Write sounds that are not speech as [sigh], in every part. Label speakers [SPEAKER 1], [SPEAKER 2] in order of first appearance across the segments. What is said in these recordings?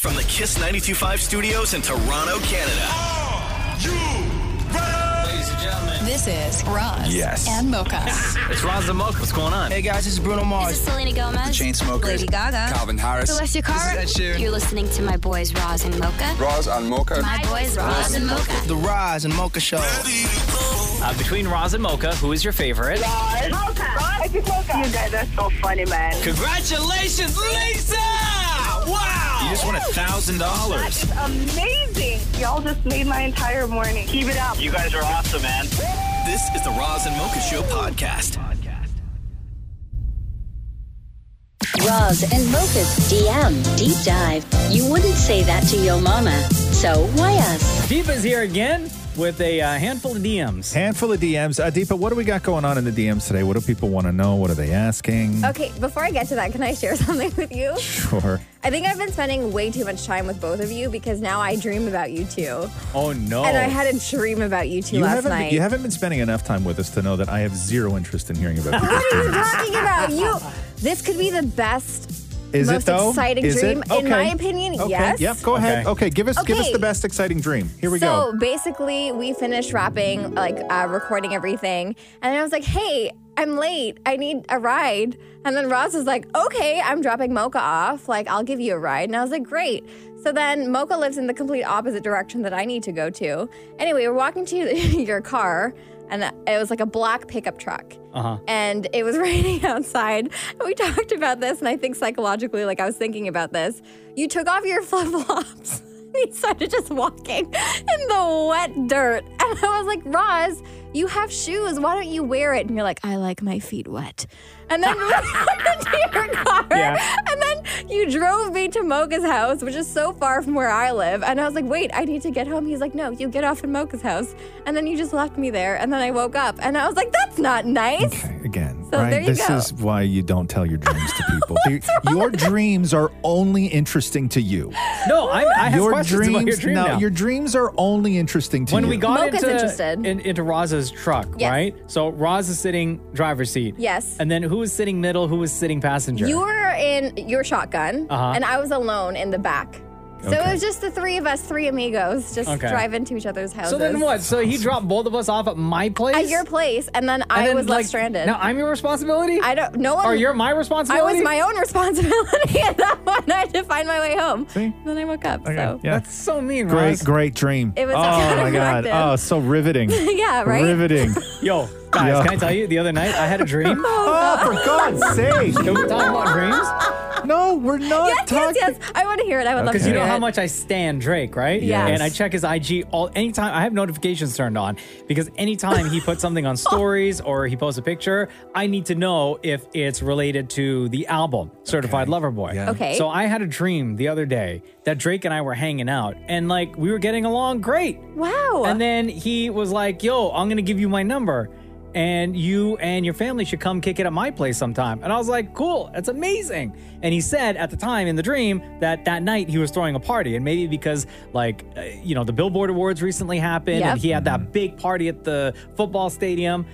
[SPEAKER 1] From the Kiss 925 studios in Toronto, Canada.
[SPEAKER 2] Ladies and gentlemen.
[SPEAKER 3] This is Roz
[SPEAKER 4] Yes.
[SPEAKER 3] and Mocha.
[SPEAKER 2] It's Roz the Moke. What's going on?
[SPEAKER 5] Hey guys, this is Bruno Mars.
[SPEAKER 6] This is Selena Gomez.
[SPEAKER 4] The Chainsmokers.
[SPEAKER 6] Lady Gaga.
[SPEAKER 4] Calvin Harris.
[SPEAKER 6] Celestia Cara.
[SPEAKER 5] This is Ed Sheeran.
[SPEAKER 6] You're listening to my boys Roz and Mocha.
[SPEAKER 4] Roz on Mocha.
[SPEAKER 6] My boys Roz and Mocha.
[SPEAKER 5] The Rise and Mocha Show.
[SPEAKER 2] Uh, between Roz and Mocha, who is your favorite?
[SPEAKER 7] Mocha. You guys are so funny, man.
[SPEAKER 2] Congratulations, Lisa!
[SPEAKER 1] You
[SPEAKER 2] Wow!
[SPEAKER 1] just won a thousand dollars.
[SPEAKER 7] Amazing. Y'all just made my entire morning. Keep it up.
[SPEAKER 8] You guys are awesome, man.
[SPEAKER 1] This is the Roz and Mocha Show podcast.
[SPEAKER 9] Roz and Mocha's DM deep dive. You wouldn't say that to your mama, so why us?
[SPEAKER 2] Deepa's here again with a uh, handful of DMs.
[SPEAKER 10] Handful of DMs. Adipa, what do we got going on in the DMs today? What do people want to know? What are they asking?
[SPEAKER 11] Okay, before I get to that, can I share [laughs] something with you?
[SPEAKER 10] Sure.
[SPEAKER 11] I think I've been spending way too much time with both of you because now I dream about you two.
[SPEAKER 2] Oh no!
[SPEAKER 11] And I had a dream about you two
[SPEAKER 10] You
[SPEAKER 11] last
[SPEAKER 10] haven't,
[SPEAKER 11] night.
[SPEAKER 10] you haven't been spending enough time with us to know that I have zero interest in hearing about
[SPEAKER 11] [laughs]
[SPEAKER 10] people's
[SPEAKER 11] what are you
[SPEAKER 10] dreams.
[SPEAKER 11] talking about? You this could be the best
[SPEAKER 10] Is
[SPEAKER 11] most
[SPEAKER 10] it though?
[SPEAKER 11] exciting
[SPEAKER 10] Is
[SPEAKER 11] dream
[SPEAKER 10] it?
[SPEAKER 11] in my opinion,
[SPEAKER 10] Okay.
[SPEAKER 11] yes.
[SPEAKER 10] Yep. Go ahead.
[SPEAKER 2] Okay.
[SPEAKER 10] Okay. Give us give us
[SPEAKER 11] Okay.
[SPEAKER 10] the best exciting dream. Here we
[SPEAKER 11] so
[SPEAKER 10] go.
[SPEAKER 11] basically, we finished wrapping, like uh, recording everything, and then I was like, "Hey, I'm late. I need a ride." And then Roz was like, "Okay, I'm dropping Mocha off. Like, I'll give you a ride." And I was like, "Great." So then Mocha lives in the complete opposite direction that I need to go to. Anyway, we're walking to [laughs] your car, and it was like a black pickup truck.
[SPEAKER 2] Uh-huh.
[SPEAKER 11] And it was [laughs] raining outside. And we talked about this, and I think psychologically, like I was thinking about this. You took off your [laughs] flip flops. And [laughs] he started just walking in the wet dirt. [laughs] And I was like, Roz, you have shoes. Why don't you wear it? And you're like, I like my feet wet. And then we walked [laughs] into your car.
[SPEAKER 2] Yeah.
[SPEAKER 11] And then you drove me to Mocha's house, which is so far from where I live. And I was like, wait, I need to get home. He's like, no, you get off at Mocha's house. And then you just left me there. And then I woke up and I was like, that's not nice.
[SPEAKER 10] Again,
[SPEAKER 11] So
[SPEAKER 10] right?
[SPEAKER 11] there you
[SPEAKER 10] this
[SPEAKER 11] go.
[SPEAKER 10] is why you don't tell your dreams to
[SPEAKER 11] [laughs]
[SPEAKER 10] people. They- your dreams are only interesting to you.
[SPEAKER 2] no, I, I have
[SPEAKER 10] your
[SPEAKER 2] questions
[SPEAKER 10] dreams
[SPEAKER 2] about your dream
[SPEAKER 10] no,
[SPEAKER 2] now.
[SPEAKER 10] your dreams are only interesting to
[SPEAKER 2] when
[SPEAKER 10] you.
[SPEAKER 2] we got
[SPEAKER 11] Mocha's
[SPEAKER 2] into,
[SPEAKER 11] interested.
[SPEAKER 2] in, into Roz's truck,
[SPEAKER 11] Yes.
[SPEAKER 2] right? So Roz is sitting driver's seat.
[SPEAKER 11] Yes.
[SPEAKER 2] And then who was sitting middle? Who was sitting passenger?
[SPEAKER 11] You were in your shotgun,
[SPEAKER 2] Uh-huh.
[SPEAKER 11] and I was alone in the back. So it was just the three of us, three amigos, just
[SPEAKER 2] Okay.
[SPEAKER 11] drive into each other's houses.
[SPEAKER 2] so then what? So he dropped both of us off at my place.
[SPEAKER 11] At your place, and then
[SPEAKER 2] And
[SPEAKER 11] I
[SPEAKER 2] then,
[SPEAKER 11] was
[SPEAKER 2] like,
[SPEAKER 11] left stranded.
[SPEAKER 2] Now I'm your responsibility.
[SPEAKER 11] I don't. No one.
[SPEAKER 2] Or you're my
[SPEAKER 11] I
[SPEAKER 2] responsibility.
[SPEAKER 11] was my own [laughs] responsibility at that point. I had to find my way home.
[SPEAKER 10] See?
[SPEAKER 11] Then I woke up.
[SPEAKER 10] Okay,
[SPEAKER 11] So
[SPEAKER 10] yeah.
[SPEAKER 2] That's so mean,
[SPEAKER 10] Great,
[SPEAKER 2] Roz.
[SPEAKER 10] great dream.
[SPEAKER 11] It was
[SPEAKER 10] oh my god.
[SPEAKER 11] counterproductive.
[SPEAKER 10] Oh, so riveting.
[SPEAKER 11] yeah, right.
[SPEAKER 10] Riveting.
[SPEAKER 2] Yo, guys,
[SPEAKER 10] Yeah.
[SPEAKER 2] can I tell you? The other night I had a
[SPEAKER 11] [laughs]
[SPEAKER 2] dream.
[SPEAKER 10] oh, for God's sake.
[SPEAKER 2] Can we talk about dreams?
[SPEAKER 10] No, we're not
[SPEAKER 11] Yes, yes,
[SPEAKER 10] talking.
[SPEAKER 11] yes. I want to hear it. I would love to
[SPEAKER 2] Because
[SPEAKER 11] hear
[SPEAKER 2] you know
[SPEAKER 11] it.
[SPEAKER 2] how much I stand Drake, right?
[SPEAKER 11] Yes.
[SPEAKER 2] And I check his IG all anytime. I have notifications turned on because anytime he puts something
[SPEAKER 11] [laughs]
[SPEAKER 2] on stories or he posts a picture, I need to know if it's related to the album Certified Lover Boy.
[SPEAKER 10] Yeah.
[SPEAKER 11] Okay.
[SPEAKER 2] So I had a dream the other day that Drake and I were hanging out and like we were getting along great.
[SPEAKER 11] Wow.
[SPEAKER 2] And then he was like, "Yo, I'm gonna give you my number." And you and your family should come kick it at my place sometime. And I was like, cool, that's amazing. And he said at the time in the dream that that night he was throwing a party. And maybe because, like, uh, you know, the Billboard Awards recently happened and
[SPEAKER 11] Yep.
[SPEAKER 2] he had that big party at the football stadium,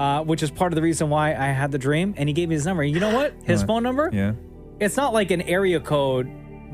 [SPEAKER 2] uh, which is part of the reason why I had the dream. And he gave me his number. You know what? His
[SPEAKER 10] What?
[SPEAKER 2] phone number?
[SPEAKER 10] Yeah.
[SPEAKER 2] It's not like an area code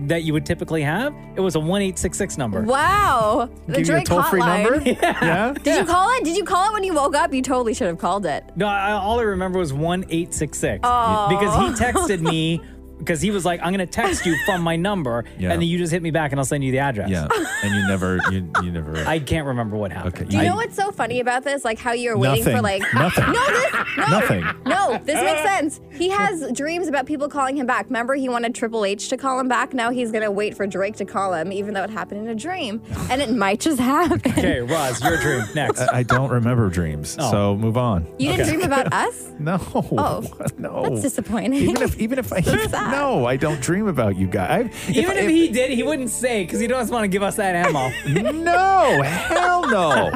[SPEAKER 2] that you would typically have, it was a 1866 number.
[SPEAKER 11] wow. The
[SPEAKER 10] Give you a
[SPEAKER 11] Drake
[SPEAKER 10] toll
[SPEAKER 11] hotline.
[SPEAKER 10] free number? yeah.
[SPEAKER 11] Did you call it? Did you call it when you woke up? You totally should have called it.
[SPEAKER 2] No, I, all I remember was one eight six six because [laughs] he texted me because he was like, "I'm gonna text you from my number,"
[SPEAKER 10] Yeah.
[SPEAKER 2] and then you just hit me back, and I'll send you the address.
[SPEAKER 10] Yeah, and you never, you, you never.
[SPEAKER 2] I can't remember what happened.
[SPEAKER 10] okay,
[SPEAKER 11] Do you
[SPEAKER 10] I-
[SPEAKER 11] know what's so funny about this? Like how you're waiting
[SPEAKER 10] Nothing.
[SPEAKER 11] for like
[SPEAKER 10] Nothing.
[SPEAKER 11] No, this no,
[SPEAKER 10] Nothing.
[SPEAKER 11] No, this makes sense. He has dreams about people calling him back. Remember, he wanted Triple H to call him back. Now he's gonna wait for Drake to call him, even though it happened in a dream, and it might just happen.
[SPEAKER 2] [laughs] Okay, Roz, your dream next.
[SPEAKER 10] I don't remember dreams,
[SPEAKER 2] Oh.
[SPEAKER 10] so move on.
[SPEAKER 11] You didn't dream about us?
[SPEAKER 10] No,
[SPEAKER 11] Oh,
[SPEAKER 10] [laughs] no.
[SPEAKER 11] That's disappointing.
[SPEAKER 10] Even if, even if I,
[SPEAKER 11] sad.
[SPEAKER 10] no, I don't dream about you guys. If-
[SPEAKER 2] Even if,
[SPEAKER 10] if-
[SPEAKER 2] he did, he wouldn't say because he doesn't want to give us that ammo.
[SPEAKER 10] [laughs] no, hell no.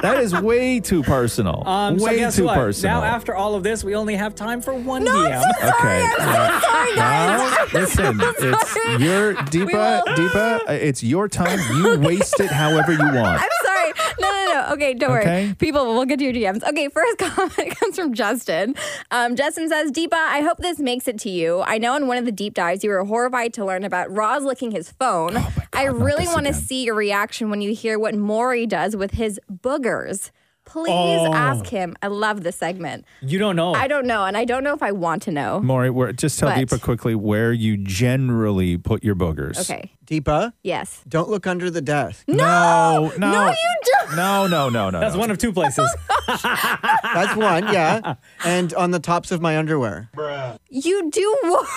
[SPEAKER 10] That is way too personal.
[SPEAKER 2] Um, so
[SPEAKER 10] way
[SPEAKER 2] guess
[SPEAKER 10] too
[SPEAKER 2] what?
[SPEAKER 10] personal.
[SPEAKER 2] Now after all of this, we only have time for one DM.
[SPEAKER 10] okay.
[SPEAKER 11] [laughs] Sorry, guys.
[SPEAKER 10] Now,
[SPEAKER 11] [laughs]
[SPEAKER 10] listen, it's your Deepa,
[SPEAKER 11] will- [laughs]
[SPEAKER 10] Deepa, uh, it's your time. You waste it however you want.
[SPEAKER 11] I'm [laughs] sorry. No, no, no. no. Okay, don't
[SPEAKER 10] Okay.
[SPEAKER 11] worry. People, we'll get to your DMs. Okay, first [laughs] comment comes from Justin. Um, Justin says, Deepa, I hope this makes it to you. I know in one of the deep dives, you were horrified to learn about Roz licking his phone.
[SPEAKER 3] Oh
[SPEAKER 11] I really
[SPEAKER 10] this
[SPEAKER 11] want to
[SPEAKER 10] again.
[SPEAKER 11] see your reaction when you hear what Maury does with his boogers. Please
[SPEAKER 3] Oh.
[SPEAKER 11] ask him. I love this segment.
[SPEAKER 2] You don't know.
[SPEAKER 11] I don't know, and I don't know if I want to know.
[SPEAKER 10] Maury, where, just tell
[SPEAKER 11] But-
[SPEAKER 10] Deepa quickly where you generally put your boogers.
[SPEAKER 11] Okay.
[SPEAKER 3] Deepa,
[SPEAKER 11] Yes.
[SPEAKER 3] don't look under the desk.
[SPEAKER 10] No, no,
[SPEAKER 11] No, you
[SPEAKER 10] [laughs]
[SPEAKER 11] don't.
[SPEAKER 10] No, no, no, no.
[SPEAKER 2] That's
[SPEAKER 10] no.
[SPEAKER 2] one of two [laughs] places.
[SPEAKER 3] That's one,
[SPEAKER 11] [laughs]
[SPEAKER 3] yeah. And on the tops of my underwear.
[SPEAKER 11] You do [laughs] what?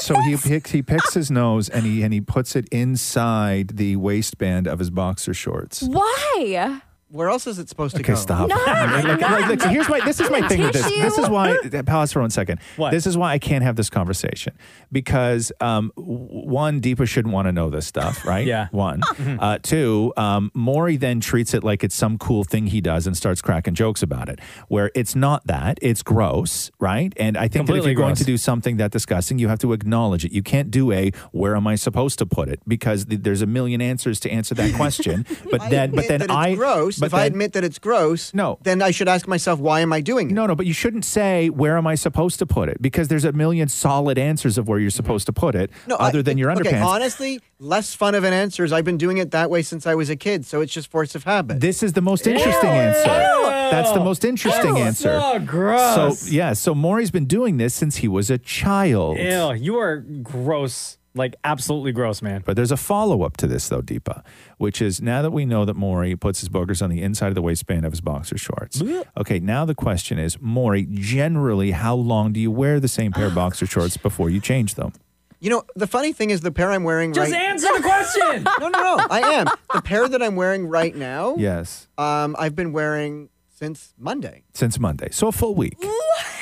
[SPEAKER 10] So
[SPEAKER 11] [laughs]
[SPEAKER 10] he picks he picks his nose and he and he puts it inside the waistband of his boxer shorts.
[SPEAKER 11] Why?
[SPEAKER 3] Where else is it supposed to
[SPEAKER 10] Okay,
[SPEAKER 3] go?
[SPEAKER 10] stop.
[SPEAKER 11] No,
[SPEAKER 10] [laughs] Like, like,
[SPEAKER 11] no.
[SPEAKER 10] like, so here's my this is my thing with this.
[SPEAKER 11] tissue.
[SPEAKER 10] This is
[SPEAKER 11] [laughs]
[SPEAKER 10] why pause for one second.
[SPEAKER 2] What?
[SPEAKER 10] This is why I can't have this conversation because um, w- one, Deepa shouldn't want to know this stuff, right?
[SPEAKER 2] Yeah.
[SPEAKER 10] [laughs]
[SPEAKER 11] [laughs]
[SPEAKER 10] One,
[SPEAKER 11] Mm-hmm.
[SPEAKER 10] uh, two, um, Maury then treats it like it's some cool thing he does and starts cracking jokes about it, where it's not that. It's gross, right? And I think that if
[SPEAKER 2] Completely
[SPEAKER 10] you're going to
[SPEAKER 2] gross.
[SPEAKER 10] do something that disgusting, you have to acknowledge it. You can't do a "Where am I supposed to put it?" because th- there's a million answers to answer
[SPEAKER 3] [laughs]
[SPEAKER 10] that question. But
[SPEAKER 3] I
[SPEAKER 10] then,
[SPEAKER 3] admit
[SPEAKER 10] but then
[SPEAKER 3] that it's
[SPEAKER 10] I
[SPEAKER 3] gross.
[SPEAKER 10] But
[SPEAKER 3] if I
[SPEAKER 10] then-
[SPEAKER 3] admit that it's gross,
[SPEAKER 10] No.
[SPEAKER 3] then I should ask myself, why am I doing it?
[SPEAKER 10] No, no, but you shouldn't say where am I supposed to put it because there's a million solid answers of where you're supposed to put it,
[SPEAKER 3] Mm-hmm. No,
[SPEAKER 10] other
[SPEAKER 3] I-
[SPEAKER 10] than your
[SPEAKER 3] okay,
[SPEAKER 10] underpants.
[SPEAKER 3] Honestly, less fun of an answer is I've been doing it that way since I was a kid, so it's just force of habit.
[SPEAKER 10] this is the most interesting answer. That's the most interesting answer.
[SPEAKER 2] Oh, gross.
[SPEAKER 10] So yeah, so Maury's been doing this since he was a child.
[SPEAKER 2] Ew, you are gross. Like absolutely gross, man.
[SPEAKER 10] But there's a follow up to this though, Deepa, which is now that we know that Maury puts his boogers on the inside of the waistband of his boxer shorts. Okay, now the question is, Maury, generally, how long do you wear the same pair
[SPEAKER 3] Ah,
[SPEAKER 10] of boxer shorts before you change them?
[SPEAKER 3] you know, the funny thing is the pair I'm wearing
[SPEAKER 2] Just
[SPEAKER 3] right
[SPEAKER 2] answer the question.
[SPEAKER 3] No, no, no. I am. The pair that I'm
[SPEAKER 11] [laughs]
[SPEAKER 3] wearing right now,
[SPEAKER 10] Yes.
[SPEAKER 3] um, I've been wearing since Monday.
[SPEAKER 10] since Monday. So a full week.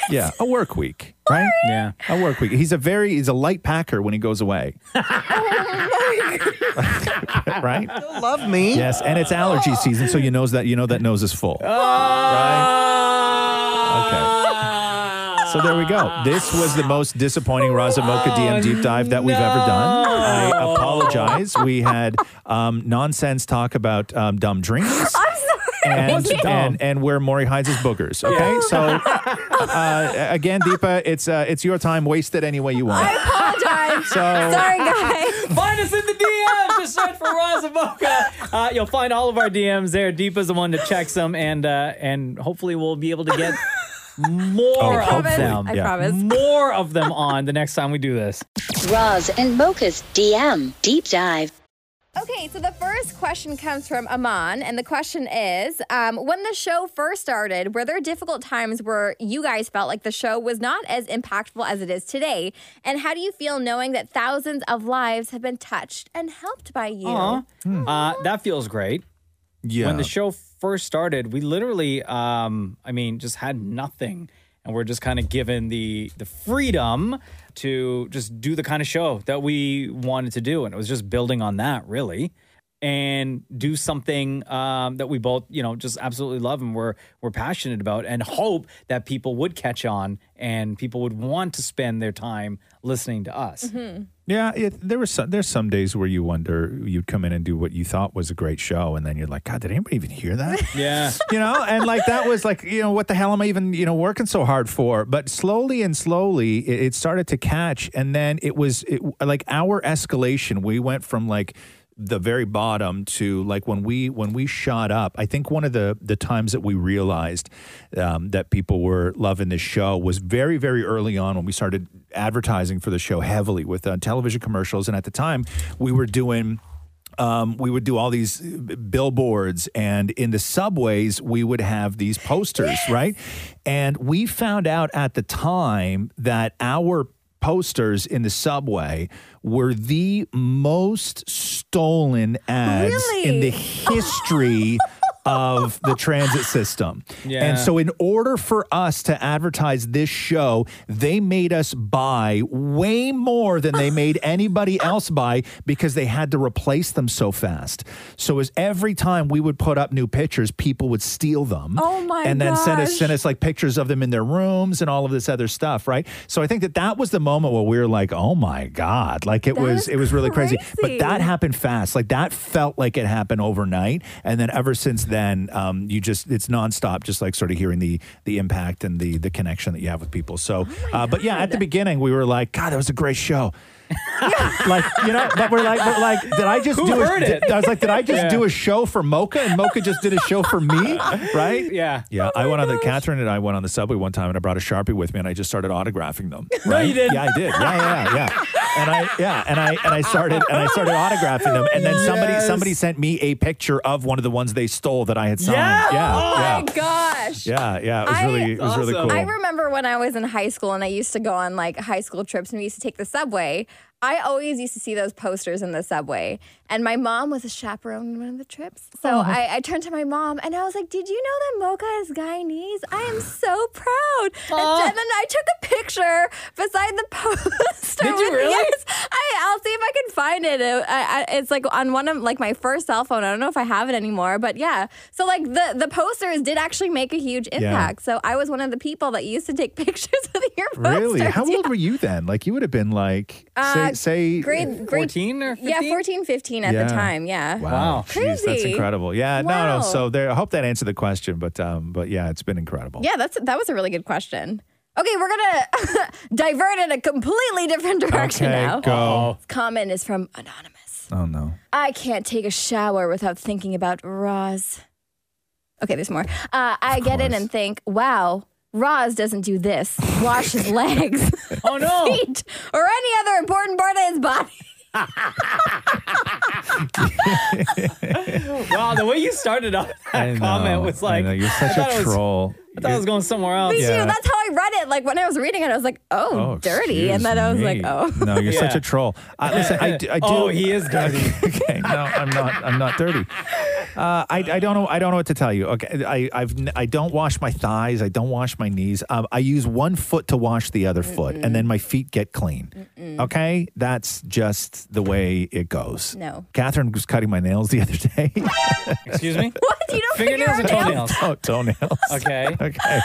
[SPEAKER 10] Yeah, a
[SPEAKER 3] [laughs]
[SPEAKER 10] work week, right?
[SPEAKER 2] [laughs] yeah.
[SPEAKER 10] A work week. He's a very he's a light packer when he goes away.
[SPEAKER 3] [laughs] Oh,
[SPEAKER 10] [laughs] right?
[SPEAKER 3] Still love me. Oh,
[SPEAKER 10] Yes, and it's allergy season, so you knows that you know that nose is full. Right? Okay. So there we go. This was the most disappointing Razamoka DM deep dive that we've ever done. I apologize. We had um, nonsense talk about um, dumb dreams and,
[SPEAKER 2] wasn't dumb.
[SPEAKER 10] and and where Maury hides his boogers. Okay, so uh, again, Deepa, it's uh, it's your time wasted any way you want.
[SPEAKER 11] Apologize.
[SPEAKER 3] [laughs]
[SPEAKER 10] So-
[SPEAKER 11] Sorry, guys.
[SPEAKER 2] [laughs] Find us in the DMs. Just search for Razamoka. Uh, you'll find all of our DMs there. Deepa's the one that checks them, and uh, and hopefully we'll be able to get more
[SPEAKER 10] Oh,
[SPEAKER 2] of
[SPEAKER 10] hopefully,
[SPEAKER 2] them.
[SPEAKER 11] I
[SPEAKER 10] yeah.
[SPEAKER 11] promise.
[SPEAKER 2] More of them on the next time we do this.
[SPEAKER 9] Roz and Mocha's DM Deep Dive.
[SPEAKER 11] Okay, so the first question comes from Aman, and the question is um, When the show first started, were there difficult times where you guys felt like the show was not as impactful as it is today? And how do you feel knowing that thousands of lives have been touched and helped by you?
[SPEAKER 2] Aw. Uh, that feels great.
[SPEAKER 10] Yeah.
[SPEAKER 2] When the show first started, we literally, um, I mean, just had nothing, and we're just kind of given the the freedom to just do the kind of show that we wanted to do, and it was just building on that really, and do something um, that we both, you know, just absolutely love and we're we're passionate about, and hope that people would catch on and people would want to spend their time listening to us.
[SPEAKER 10] Yeah, it, there was some, there's some days where you wonder you'd come in and do what you thought was a great show, and then you're like, God, did anybody even hear that?
[SPEAKER 2] Yeah.
[SPEAKER 10] [laughs] you know, and like that was like, you know, what the hell am I even, you know, working so hard for? But slowly and slowly, it, it started to catch, and then it was it, like our escalation. We went from like the very bottom to like when we when we shot up. I think one of the the times that we realized um, that people were loving this show was very very early on when we started advertising for the show heavily with uh, television commercials, and at the time we were doing um, we would do all these billboards and in the subways we would have these posters right and we found out at the time that our posters in the subway were the most stolen ads in the
[SPEAKER 11] Really?
[SPEAKER 10] history of the transit system.
[SPEAKER 2] Yeah.
[SPEAKER 10] And so, in order for us to advertise this show, they made us buy way more than they made anybody else buy because they had to replace them so fast. So, as every time we would put up new pictures, people would steal them.
[SPEAKER 11] Oh my
[SPEAKER 10] And then send us
[SPEAKER 11] gosh.
[SPEAKER 10] send us like pictures of them in their rooms and all of this other stuff, right? So I think that that was the moment where we were like, "Oh my god!" Like it
[SPEAKER 11] That
[SPEAKER 10] was
[SPEAKER 11] is
[SPEAKER 10] it was really crazy. But
[SPEAKER 11] crazy.
[SPEAKER 10] that happened fast. Like that felt like it happened overnight, and then ever since then um, you just it's nonstop, just like sort of hearing the the impact and the the connection that you have with people. So,
[SPEAKER 11] Oh
[SPEAKER 10] uh, but yeah, at the beginning we were like, God, that was a great
[SPEAKER 11] [laughs]
[SPEAKER 10] show. like you know, but we're like, but like, did I just
[SPEAKER 2] Who
[SPEAKER 10] do
[SPEAKER 2] heard
[SPEAKER 10] a,
[SPEAKER 2] it?
[SPEAKER 10] did- I was like, did I just
[SPEAKER 2] Yeah.
[SPEAKER 10] do a show for Mocha and Mocha just did a show
[SPEAKER 2] [laughs]
[SPEAKER 10] for me, right?
[SPEAKER 2] Yeah.
[SPEAKER 10] Yeah, I went on the Catherine and I went on the subway one time and I brought a Sharpie with me and I just started
[SPEAKER 2] [laughs]
[SPEAKER 10] autographing them. No,
[SPEAKER 2] you didn't.
[SPEAKER 10] Yeah, I did. Yeah, yeah, yeah. And I yeah, and I and I started and I started autographing them. And then somebody
[SPEAKER 2] Yes.
[SPEAKER 10] somebody sent me a picture of one of the ones they stole that I had signed.
[SPEAKER 2] Yeah?
[SPEAKER 10] Yeah.
[SPEAKER 11] Oh
[SPEAKER 10] yeah.
[SPEAKER 11] my gosh.
[SPEAKER 10] Yeah, yeah. It was
[SPEAKER 11] I-
[SPEAKER 10] really it was really
[SPEAKER 2] Awesome.
[SPEAKER 10] cool.
[SPEAKER 11] I remember when I was in high school and I used to go on like high school trips and we used to take the subway. I always used to see those posters in the subway. And my mom was a chaperone on one of the trips. So
[SPEAKER 2] Oh.
[SPEAKER 11] I, I turned to my mom and I was like, Did you know that Mocha is Guyanese? I am so proud. And, then- and then I took a picture beside the [laughs] poster.
[SPEAKER 2] Did you
[SPEAKER 11] with the-
[SPEAKER 2] really?
[SPEAKER 11] yes. I, I'll see if I can find it. It- I, I, it's like on one of like my first cell phone. I don't know if I have it anymore, but yeah. So like the the posters did actually make a huge impact. So I was one of the people that used to take [laughs] pictures of your posters.
[SPEAKER 10] really? How old
[SPEAKER 11] yeah.
[SPEAKER 10] were you then? Like you would have been like
[SPEAKER 11] Uh,
[SPEAKER 10] say say
[SPEAKER 11] [laughs] grade grade
[SPEAKER 2] 14 or 15?
[SPEAKER 11] yeah 14, 15 at
[SPEAKER 10] Yeah.
[SPEAKER 11] the time. Yeah.
[SPEAKER 2] Wow.
[SPEAKER 10] Jeez, that's
[SPEAKER 11] Crazy.
[SPEAKER 10] incredible. Yeah, no,
[SPEAKER 11] Wow.
[SPEAKER 10] no. So there, I hope that answered the question, but um, but yeah, it's been incredible.
[SPEAKER 11] Yeah, that's that was a really good question. Okay, we're gonna [laughs] divert in a completely different direction now.
[SPEAKER 10] Okay, go.
[SPEAKER 11] This comment is from anonymous.
[SPEAKER 10] Oh no.
[SPEAKER 11] I can't take a shower without thinking about Roz. Okay, there's more. Uh, I get in
[SPEAKER 10] course.
[SPEAKER 11] and think, wow, Roz doesn't do this.
[SPEAKER 10] [laughs]
[SPEAKER 11] Wash his legs,
[SPEAKER 2] Oh no.
[SPEAKER 11] [laughs] feet, or any other important part of his body.
[SPEAKER 2] wow, the way you started
[SPEAKER 10] [laughs]
[SPEAKER 2] off that comment was like
[SPEAKER 10] I know. you're such
[SPEAKER 2] I thought it
[SPEAKER 10] a
[SPEAKER 2] was-
[SPEAKER 10] troll.
[SPEAKER 2] I thought I was going somewhere else.
[SPEAKER 11] Me too.
[SPEAKER 10] Yeah.
[SPEAKER 11] That's how I read it. Like when I was reading it, I was like, oh,
[SPEAKER 10] Oh,
[SPEAKER 11] dirty.
[SPEAKER 10] excuse
[SPEAKER 11] And then I was
[SPEAKER 10] me.
[SPEAKER 11] like, oh. [laughs]
[SPEAKER 10] no, you're such
[SPEAKER 2] Yeah.
[SPEAKER 10] a troll. I, listen, I, d- I do.
[SPEAKER 2] [laughs] Oh, he is dirty.
[SPEAKER 10] [laughs] okay, no, I'm not. I'm not dirty. Uh, I, I don't know. I don't know what to tell you. Okay, I I've n- I don't wash my thighs. I don't wash my knees. Um, I use one foot to wash the other foot, and then my feet get clean. Okay, that's just the way it goes.
[SPEAKER 11] No.
[SPEAKER 10] Catherine was cutting my nails the other
[SPEAKER 2] [laughs]
[SPEAKER 10] day.
[SPEAKER 2] Excuse me?
[SPEAKER 11] What? You don't figure
[SPEAKER 2] Fingernails or
[SPEAKER 11] out nails?
[SPEAKER 10] [laughs]
[SPEAKER 2] toenails?
[SPEAKER 10] oh, toenails.
[SPEAKER 2] Okay.
[SPEAKER 10] Okay.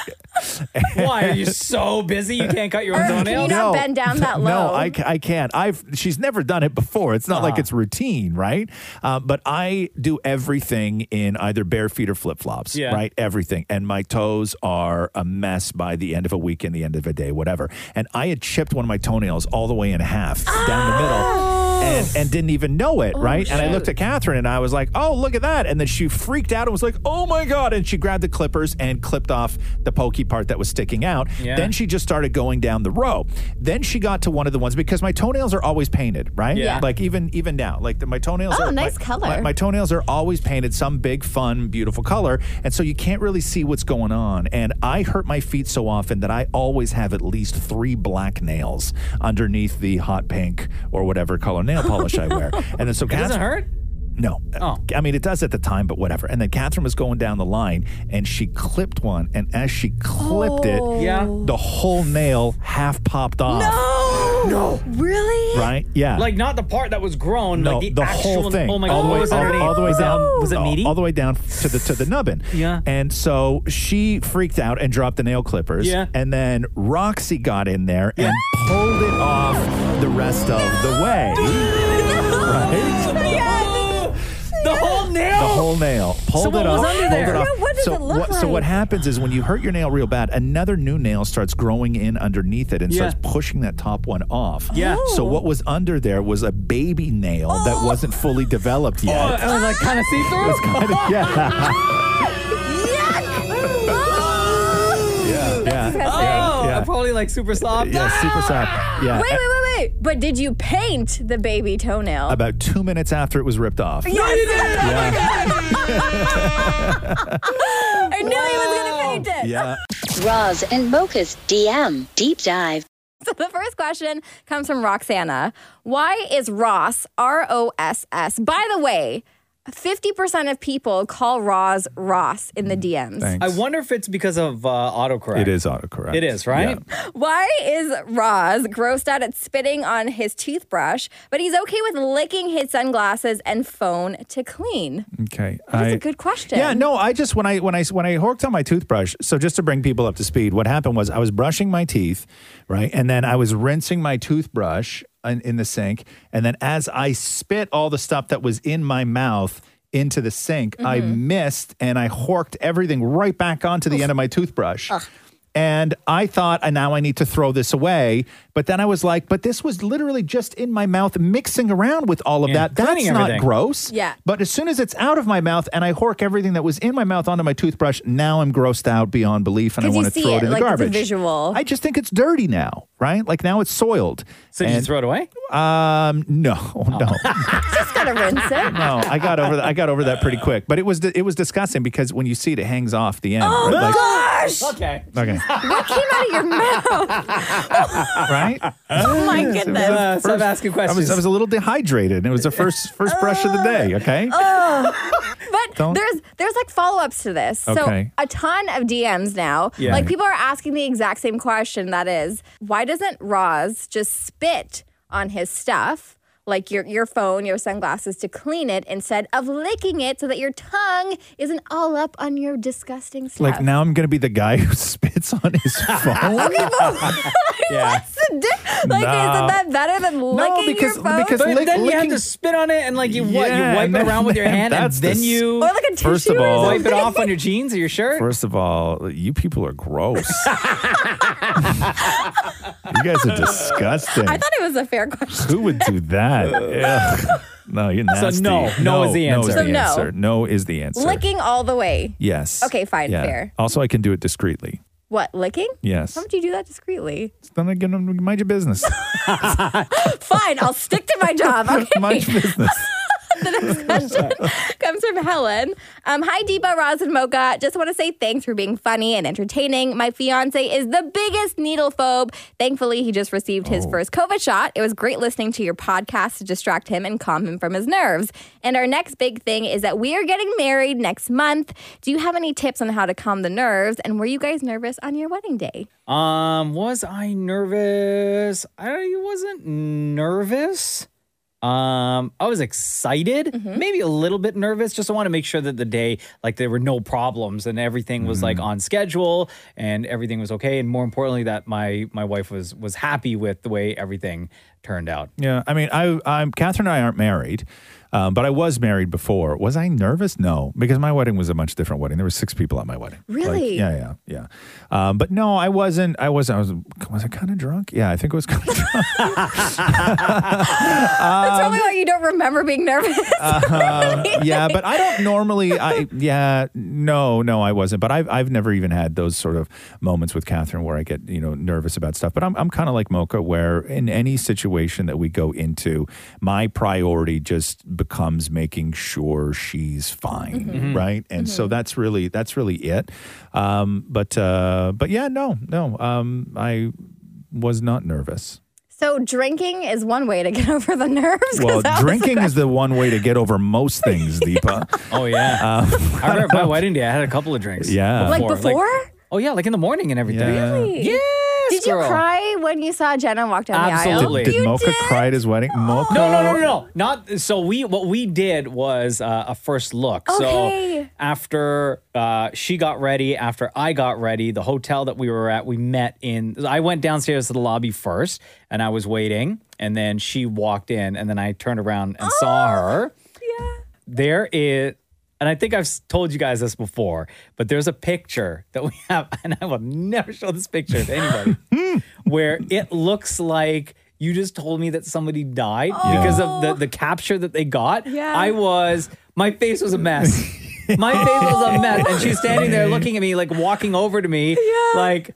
[SPEAKER 2] Why
[SPEAKER 10] [laughs]
[SPEAKER 2] are you so busy you can't cut your own
[SPEAKER 11] Or can
[SPEAKER 2] toenails?
[SPEAKER 11] you not bend down that low?
[SPEAKER 10] No, I, ca- I can't. I've she's never done it before. It's not like it's routine, right? Uh, but I do everything in either bare feet or flip flops,
[SPEAKER 2] Yeah.
[SPEAKER 10] right? Everything, and my toes are a mess by the end of a weekend, the end of a day, whatever. And I had chipped one of my toenails all the way in half down the middle. And, and didn't even know
[SPEAKER 11] Oh,
[SPEAKER 10] it, right? And I looked at Catherine and I was like, oh, look at that. And then she freaked out and was like, oh my God. And she grabbed the clippers and clipped off the pokey part that was sticking out.
[SPEAKER 2] Yeah.
[SPEAKER 10] Then she she just started going down the row. Then she got to one of the ones because my toenails are always painted, right?
[SPEAKER 2] Yeah.
[SPEAKER 10] Like even even now, like the, my toenails.
[SPEAKER 11] Oh,
[SPEAKER 10] are,
[SPEAKER 11] nice
[SPEAKER 10] my,
[SPEAKER 11] color.
[SPEAKER 10] My, my toenails are always painted some big, fun, beautiful color, and so you can't really see what's going on. And I hurt my feet so often that I always have at least three black nails underneath the hot pink or whatever color nail polish
[SPEAKER 2] [laughs]
[SPEAKER 10] I wear. And then so
[SPEAKER 2] It doesn't hurt?
[SPEAKER 10] no.
[SPEAKER 2] Oh.
[SPEAKER 10] I mean, it does at the time, but whatever. And then Catherine was going down the line and she clipped one. And as she clipped it,
[SPEAKER 2] Oh. Yeah.
[SPEAKER 10] the whole nail half popped off.
[SPEAKER 11] no. No. Really? [laughs]
[SPEAKER 10] Right? Yeah.
[SPEAKER 2] Like not the part that was grown,
[SPEAKER 10] no,
[SPEAKER 2] like the,
[SPEAKER 10] the
[SPEAKER 2] actual
[SPEAKER 10] whole thing,
[SPEAKER 2] Oh my god,
[SPEAKER 10] all, the
[SPEAKER 2] what
[SPEAKER 10] way,
[SPEAKER 2] was
[SPEAKER 10] all,
[SPEAKER 2] underneath?
[SPEAKER 10] all the way
[SPEAKER 2] Was it-
[SPEAKER 10] down.
[SPEAKER 2] Was it
[SPEAKER 10] all-
[SPEAKER 2] meaty?
[SPEAKER 10] All the way down to the to the nubbin.
[SPEAKER 2] Yeah.
[SPEAKER 10] And so she freaked out and dropped the nail clippers.
[SPEAKER 2] Yeah.
[SPEAKER 10] And then Roxy got in there and pulled it off the rest of the
[SPEAKER 2] [gasps]
[SPEAKER 10] way. Right?
[SPEAKER 2] The whole nail.
[SPEAKER 10] the whole nail. Pulled
[SPEAKER 2] Someone
[SPEAKER 10] it off.
[SPEAKER 2] was under
[SPEAKER 10] pulled
[SPEAKER 2] there.
[SPEAKER 10] it off.
[SPEAKER 11] Yeah, what does
[SPEAKER 10] so
[SPEAKER 11] it look
[SPEAKER 10] what, So
[SPEAKER 11] like?
[SPEAKER 10] what happens is when you hurt your nail real bad, another new nail starts growing in underneath it and
[SPEAKER 2] Yeah.
[SPEAKER 10] starts pushing that top one off.
[SPEAKER 2] Yeah. Oh.
[SPEAKER 10] So what was under there was a baby nail
[SPEAKER 11] Oh.
[SPEAKER 10] that wasn't fully developed
[SPEAKER 2] Oh,
[SPEAKER 10] yet.
[SPEAKER 2] it was like Oh, kind of see through. [laughs]
[SPEAKER 10] yeah.
[SPEAKER 11] Yuck.
[SPEAKER 10] Yeah.
[SPEAKER 11] That's
[SPEAKER 10] Yeah.
[SPEAKER 11] disgusting.
[SPEAKER 2] Oh,
[SPEAKER 10] Yeah.
[SPEAKER 2] probably like super soft.
[SPEAKER 10] Yeah. Super soft. Yeah.
[SPEAKER 11] Wait, wait, wait, wait. But did you paint the baby toenail?
[SPEAKER 10] About two minutes after it was ripped off.
[SPEAKER 2] No, you
[SPEAKER 11] [laughs]
[SPEAKER 2] didn't.
[SPEAKER 11] I knew he was going to
[SPEAKER 2] Wow.
[SPEAKER 11] paint it.
[SPEAKER 10] Yeah.
[SPEAKER 9] Roz and Mocha's DM Deep Dive.
[SPEAKER 11] [laughs] So the first question comes from Roxana. Why is Ross, R O S S? By the way, 50% of people call Roz Ross in the DMs.
[SPEAKER 10] Mm, Thanks.
[SPEAKER 2] I wonder if it's because of uh, autocorrect.
[SPEAKER 10] it is autocorrect.
[SPEAKER 2] It is, right?
[SPEAKER 10] Yeah.
[SPEAKER 11] Why is Roz grossed out at spitting on his toothbrush, but he's okay with licking his sunglasses and phone to clean?
[SPEAKER 10] Okay.
[SPEAKER 11] That's
[SPEAKER 10] Mm, I-
[SPEAKER 11] a good question.
[SPEAKER 10] Yeah, no, I just when I when I when I horked on my toothbrush. So just to bring people up to speed, what happened was I was brushing my teeth, right, and then I was rinsing my toothbrush in, in the sink, and then as I spit all the stuff that was in my mouth. into the sink. I missed and I horked everything right back onto the end of my toothbrush. And I thought, and now I need to throw this away. But then I was like, but this was literally just in my mouth, mixing around with all of
[SPEAKER 2] Yeah,
[SPEAKER 10] that. That's
[SPEAKER 2] cleaning
[SPEAKER 10] not
[SPEAKER 2] everything.
[SPEAKER 10] gross.
[SPEAKER 11] Yeah.
[SPEAKER 10] But as soon as it's out of my mouth and I hork everything that was in my mouth onto my toothbrush, now I'm grossed out beyond belief and I
[SPEAKER 11] 'Cause you
[SPEAKER 10] want to
[SPEAKER 11] see
[SPEAKER 10] throw it,
[SPEAKER 11] it,
[SPEAKER 10] in
[SPEAKER 11] like,
[SPEAKER 10] the
[SPEAKER 11] it's a
[SPEAKER 10] garbage.
[SPEAKER 11] visual.
[SPEAKER 10] I just think it's dirty now, right? Like now it's soiled.
[SPEAKER 2] So did you
[SPEAKER 10] And-
[SPEAKER 2] throw Oh. it away?
[SPEAKER 10] um, [laughs] no, no,
[SPEAKER 11] Just gotta rinse
[SPEAKER 10] [laughs]
[SPEAKER 11] it.
[SPEAKER 2] Oh.
[SPEAKER 10] no. I got over that. I got over that pretty quick. But it was it was disgusting because when you see it, it hangs off the end. Oh
[SPEAKER 11] Gosh!
[SPEAKER 2] Okay.
[SPEAKER 10] Okay.
[SPEAKER 11] What came out of your mouth?
[SPEAKER 2] [laughs]
[SPEAKER 10] right? Oh
[SPEAKER 11] my goodness.
[SPEAKER 2] Uh, stop asking
[SPEAKER 10] I was,
[SPEAKER 2] questions.
[SPEAKER 10] I was a little dehydrated. and It was the first first brush
[SPEAKER 11] Uh,
[SPEAKER 10] of the day. Okay.
[SPEAKER 11] But
[SPEAKER 10] Don't-
[SPEAKER 11] there's there's like follow ups to this.
[SPEAKER 10] Okay.
[SPEAKER 11] So a ton of DMs now.
[SPEAKER 2] Yeah.
[SPEAKER 11] Like people are asking the exact same question. That is, why doesn't Roz just spit on his stuff, like your your phone, your sunglasses, to clean it instead of licking it, so that your tongue isn't all up on your disgusting stuff?
[SPEAKER 10] Like now I'm gonna be the guy [laughs] who spits on
[SPEAKER 11] [laughs]
[SPEAKER 10] his phone.
[SPEAKER 2] yeah.
[SPEAKER 11] What's the di- like,
[SPEAKER 10] No.
[SPEAKER 11] isn't that better than licking
[SPEAKER 10] because-
[SPEAKER 11] your phone?
[SPEAKER 10] because-
[SPEAKER 2] But
[SPEAKER 10] Lick-
[SPEAKER 2] then you have
[SPEAKER 10] licking-
[SPEAKER 2] to spit on it and like you what?
[SPEAKER 10] Yeah,
[SPEAKER 2] You wipe
[SPEAKER 10] and
[SPEAKER 2] it
[SPEAKER 10] then-
[SPEAKER 2] around with
[SPEAKER 10] [laughs]
[SPEAKER 2] your
[SPEAKER 10] then
[SPEAKER 2] hand and
[SPEAKER 10] that's
[SPEAKER 2] then
[SPEAKER 10] the
[SPEAKER 2] you
[SPEAKER 11] or like a tissue.
[SPEAKER 10] First of
[SPEAKER 11] [laughs] or
[SPEAKER 10] all-
[SPEAKER 2] wipe it
[SPEAKER 11] something.
[SPEAKER 2] off on your jeans or your shirt.
[SPEAKER 10] First of all, you people are
[SPEAKER 11] [laughs]
[SPEAKER 10] gross. you guys are disgusting.
[SPEAKER 11] I thought it was a fair question.
[SPEAKER 10] Who would do
[SPEAKER 11] [laughs]
[SPEAKER 10] that? Ugh. No, you're nasty.
[SPEAKER 2] no. No is the
[SPEAKER 10] No is
[SPEAKER 2] answer.
[SPEAKER 10] the
[SPEAKER 11] So no.
[SPEAKER 10] answer. No is the answer.
[SPEAKER 11] Licking all the way.
[SPEAKER 10] Yes.
[SPEAKER 11] Okay, fine, fair.
[SPEAKER 10] Also, I can do it discreetly.
[SPEAKER 11] What licking?
[SPEAKER 10] Yes.
[SPEAKER 11] How would you do that discreetly?
[SPEAKER 10] Then I can mind your business.
[SPEAKER 11] Fine, I'll stick to my job. Okay.
[SPEAKER 10] mind your business.
[SPEAKER 11] [laughs] Comes from Helen. Um, hi, Deepa, Roz, and Mocha. Just want to say thanks for being funny and entertaining. My fiance is the biggest needle phobe. Thankfully, he just received his first COVID shot. It was great listening to your podcast to distract him and calm him from his nerves. And our next big thing is that we are getting married next month. Do you have any tips on how to calm the nerves? And were you guys nervous on your wedding day?
[SPEAKER 2] Um, was I nervous? I wasn't nervous. Um, I was excited,
[SPEAKER 11] Mm-hmm.
[SPEAKER 2] maybe a little bit nervous. Just I want to make sure that the day, like, there were no problems and everything was like
[SPEAKER 10] Mm-hmm.
[SPEAKER 2] on schedule and everything was okay. And more importantly, that my my wife was was happy with the way everything turned out.
[SPEAKER 10] Yeah, I mean, I, I'm Catherine and I aren't married, um, but I was married before. Was I nervous? No, because my wedding was a much different wedding. There were six people at my wedding. Like,
[SPEAKER 11] Really?
[SPEAKER 10] yeah, yeah, yeah. Um, but no, I wasn't. I wasn't. I was. Was I kind of drunk? Yeah, I think I was kind of [laughs] drunk.
[SPEAKER 11] That's probably why you don't remember being nervous.
[SPEAKER 10] Um,
[SPEAKER 11] [laughs]
[SPEAKER 10] yeah, but I don't normally. I yeah, no, no, I wasn't. But I've I've never even had those sort of moments with Catherine where I get you know nervous about stuff. But I'm I'm kind of like Mocha, where in any situation that we go into, my priority just becomes making sure she's
[SPEAKER 11] Mm-hmm.
[SPEAKER 10] fine, right? And so that's really that's really it. Um, but uh, but yeah, no, no, um, I was not nervous.
[SPEAKER 11] [laughs] So drinking is one way to get over the nerves. 'cause
[SPEAKER 10] Well,
[SPEAKER 11] that was-
[SPEAKER 10] drinking is the one way to get over most things, Deepa.
[SPEAKER 11] [laughs]
[SPEAKER 2] Oh yeah, [laughs] I
[SPEAKER 10] [laughs]
[SPEAKER 2] remember my wedding day. I had a couple of drinks.
[SPEAKER 10] Yeah.
[SPEAKER 11] like before.
[SPEAKER 2] oh yeah, like in the morning and everything.
[SPEAKER 10] Yeah.
[SPEAKER 11] Really?
[SPEAKER 2] Yes.
[SPEAKER 11] Did you
[SPEAKER 2] girl.
[SPEAKER 11] cry when you saw Jenna walk down
[SPEAKER 2] Absolutely.
[SPEAKER 10] Did, did
[SPEAKER 11] You
[SPEAKER 10] Mocha
[SPEAKER 11] did?
[SPEAKER 10] cry at his wedding? Mocha.
[SPEAKER 2] No, no, no, no, no. Not so. We what we did was uh, a first look. So
[SPEAKER 11] Okay.
[SPEAKER 2] after uh, she got ready, after I got ready, the hotel that we were at, we met in. I went downstairs to the lobby first, and I was waiting, and then she walked in, and then I turned around and
[SPEAKER 11] Oh,
[SPEAKER 2] saw her.
[SPEAKER 11] the aisle?
[SPEAKER 2] There is. And I think I've s- told you guys this before, but there's a picture that we have, [laughs] and I will never show this picture to anybody, where it looks like you just told me that somebody died because of the, the capture that they got.
[SPEAKER 11] Yeah.
[SPEAKER 2] I was, my face was a mess. my face was a mess. And she's standing there looking at me, like walking over to me, like,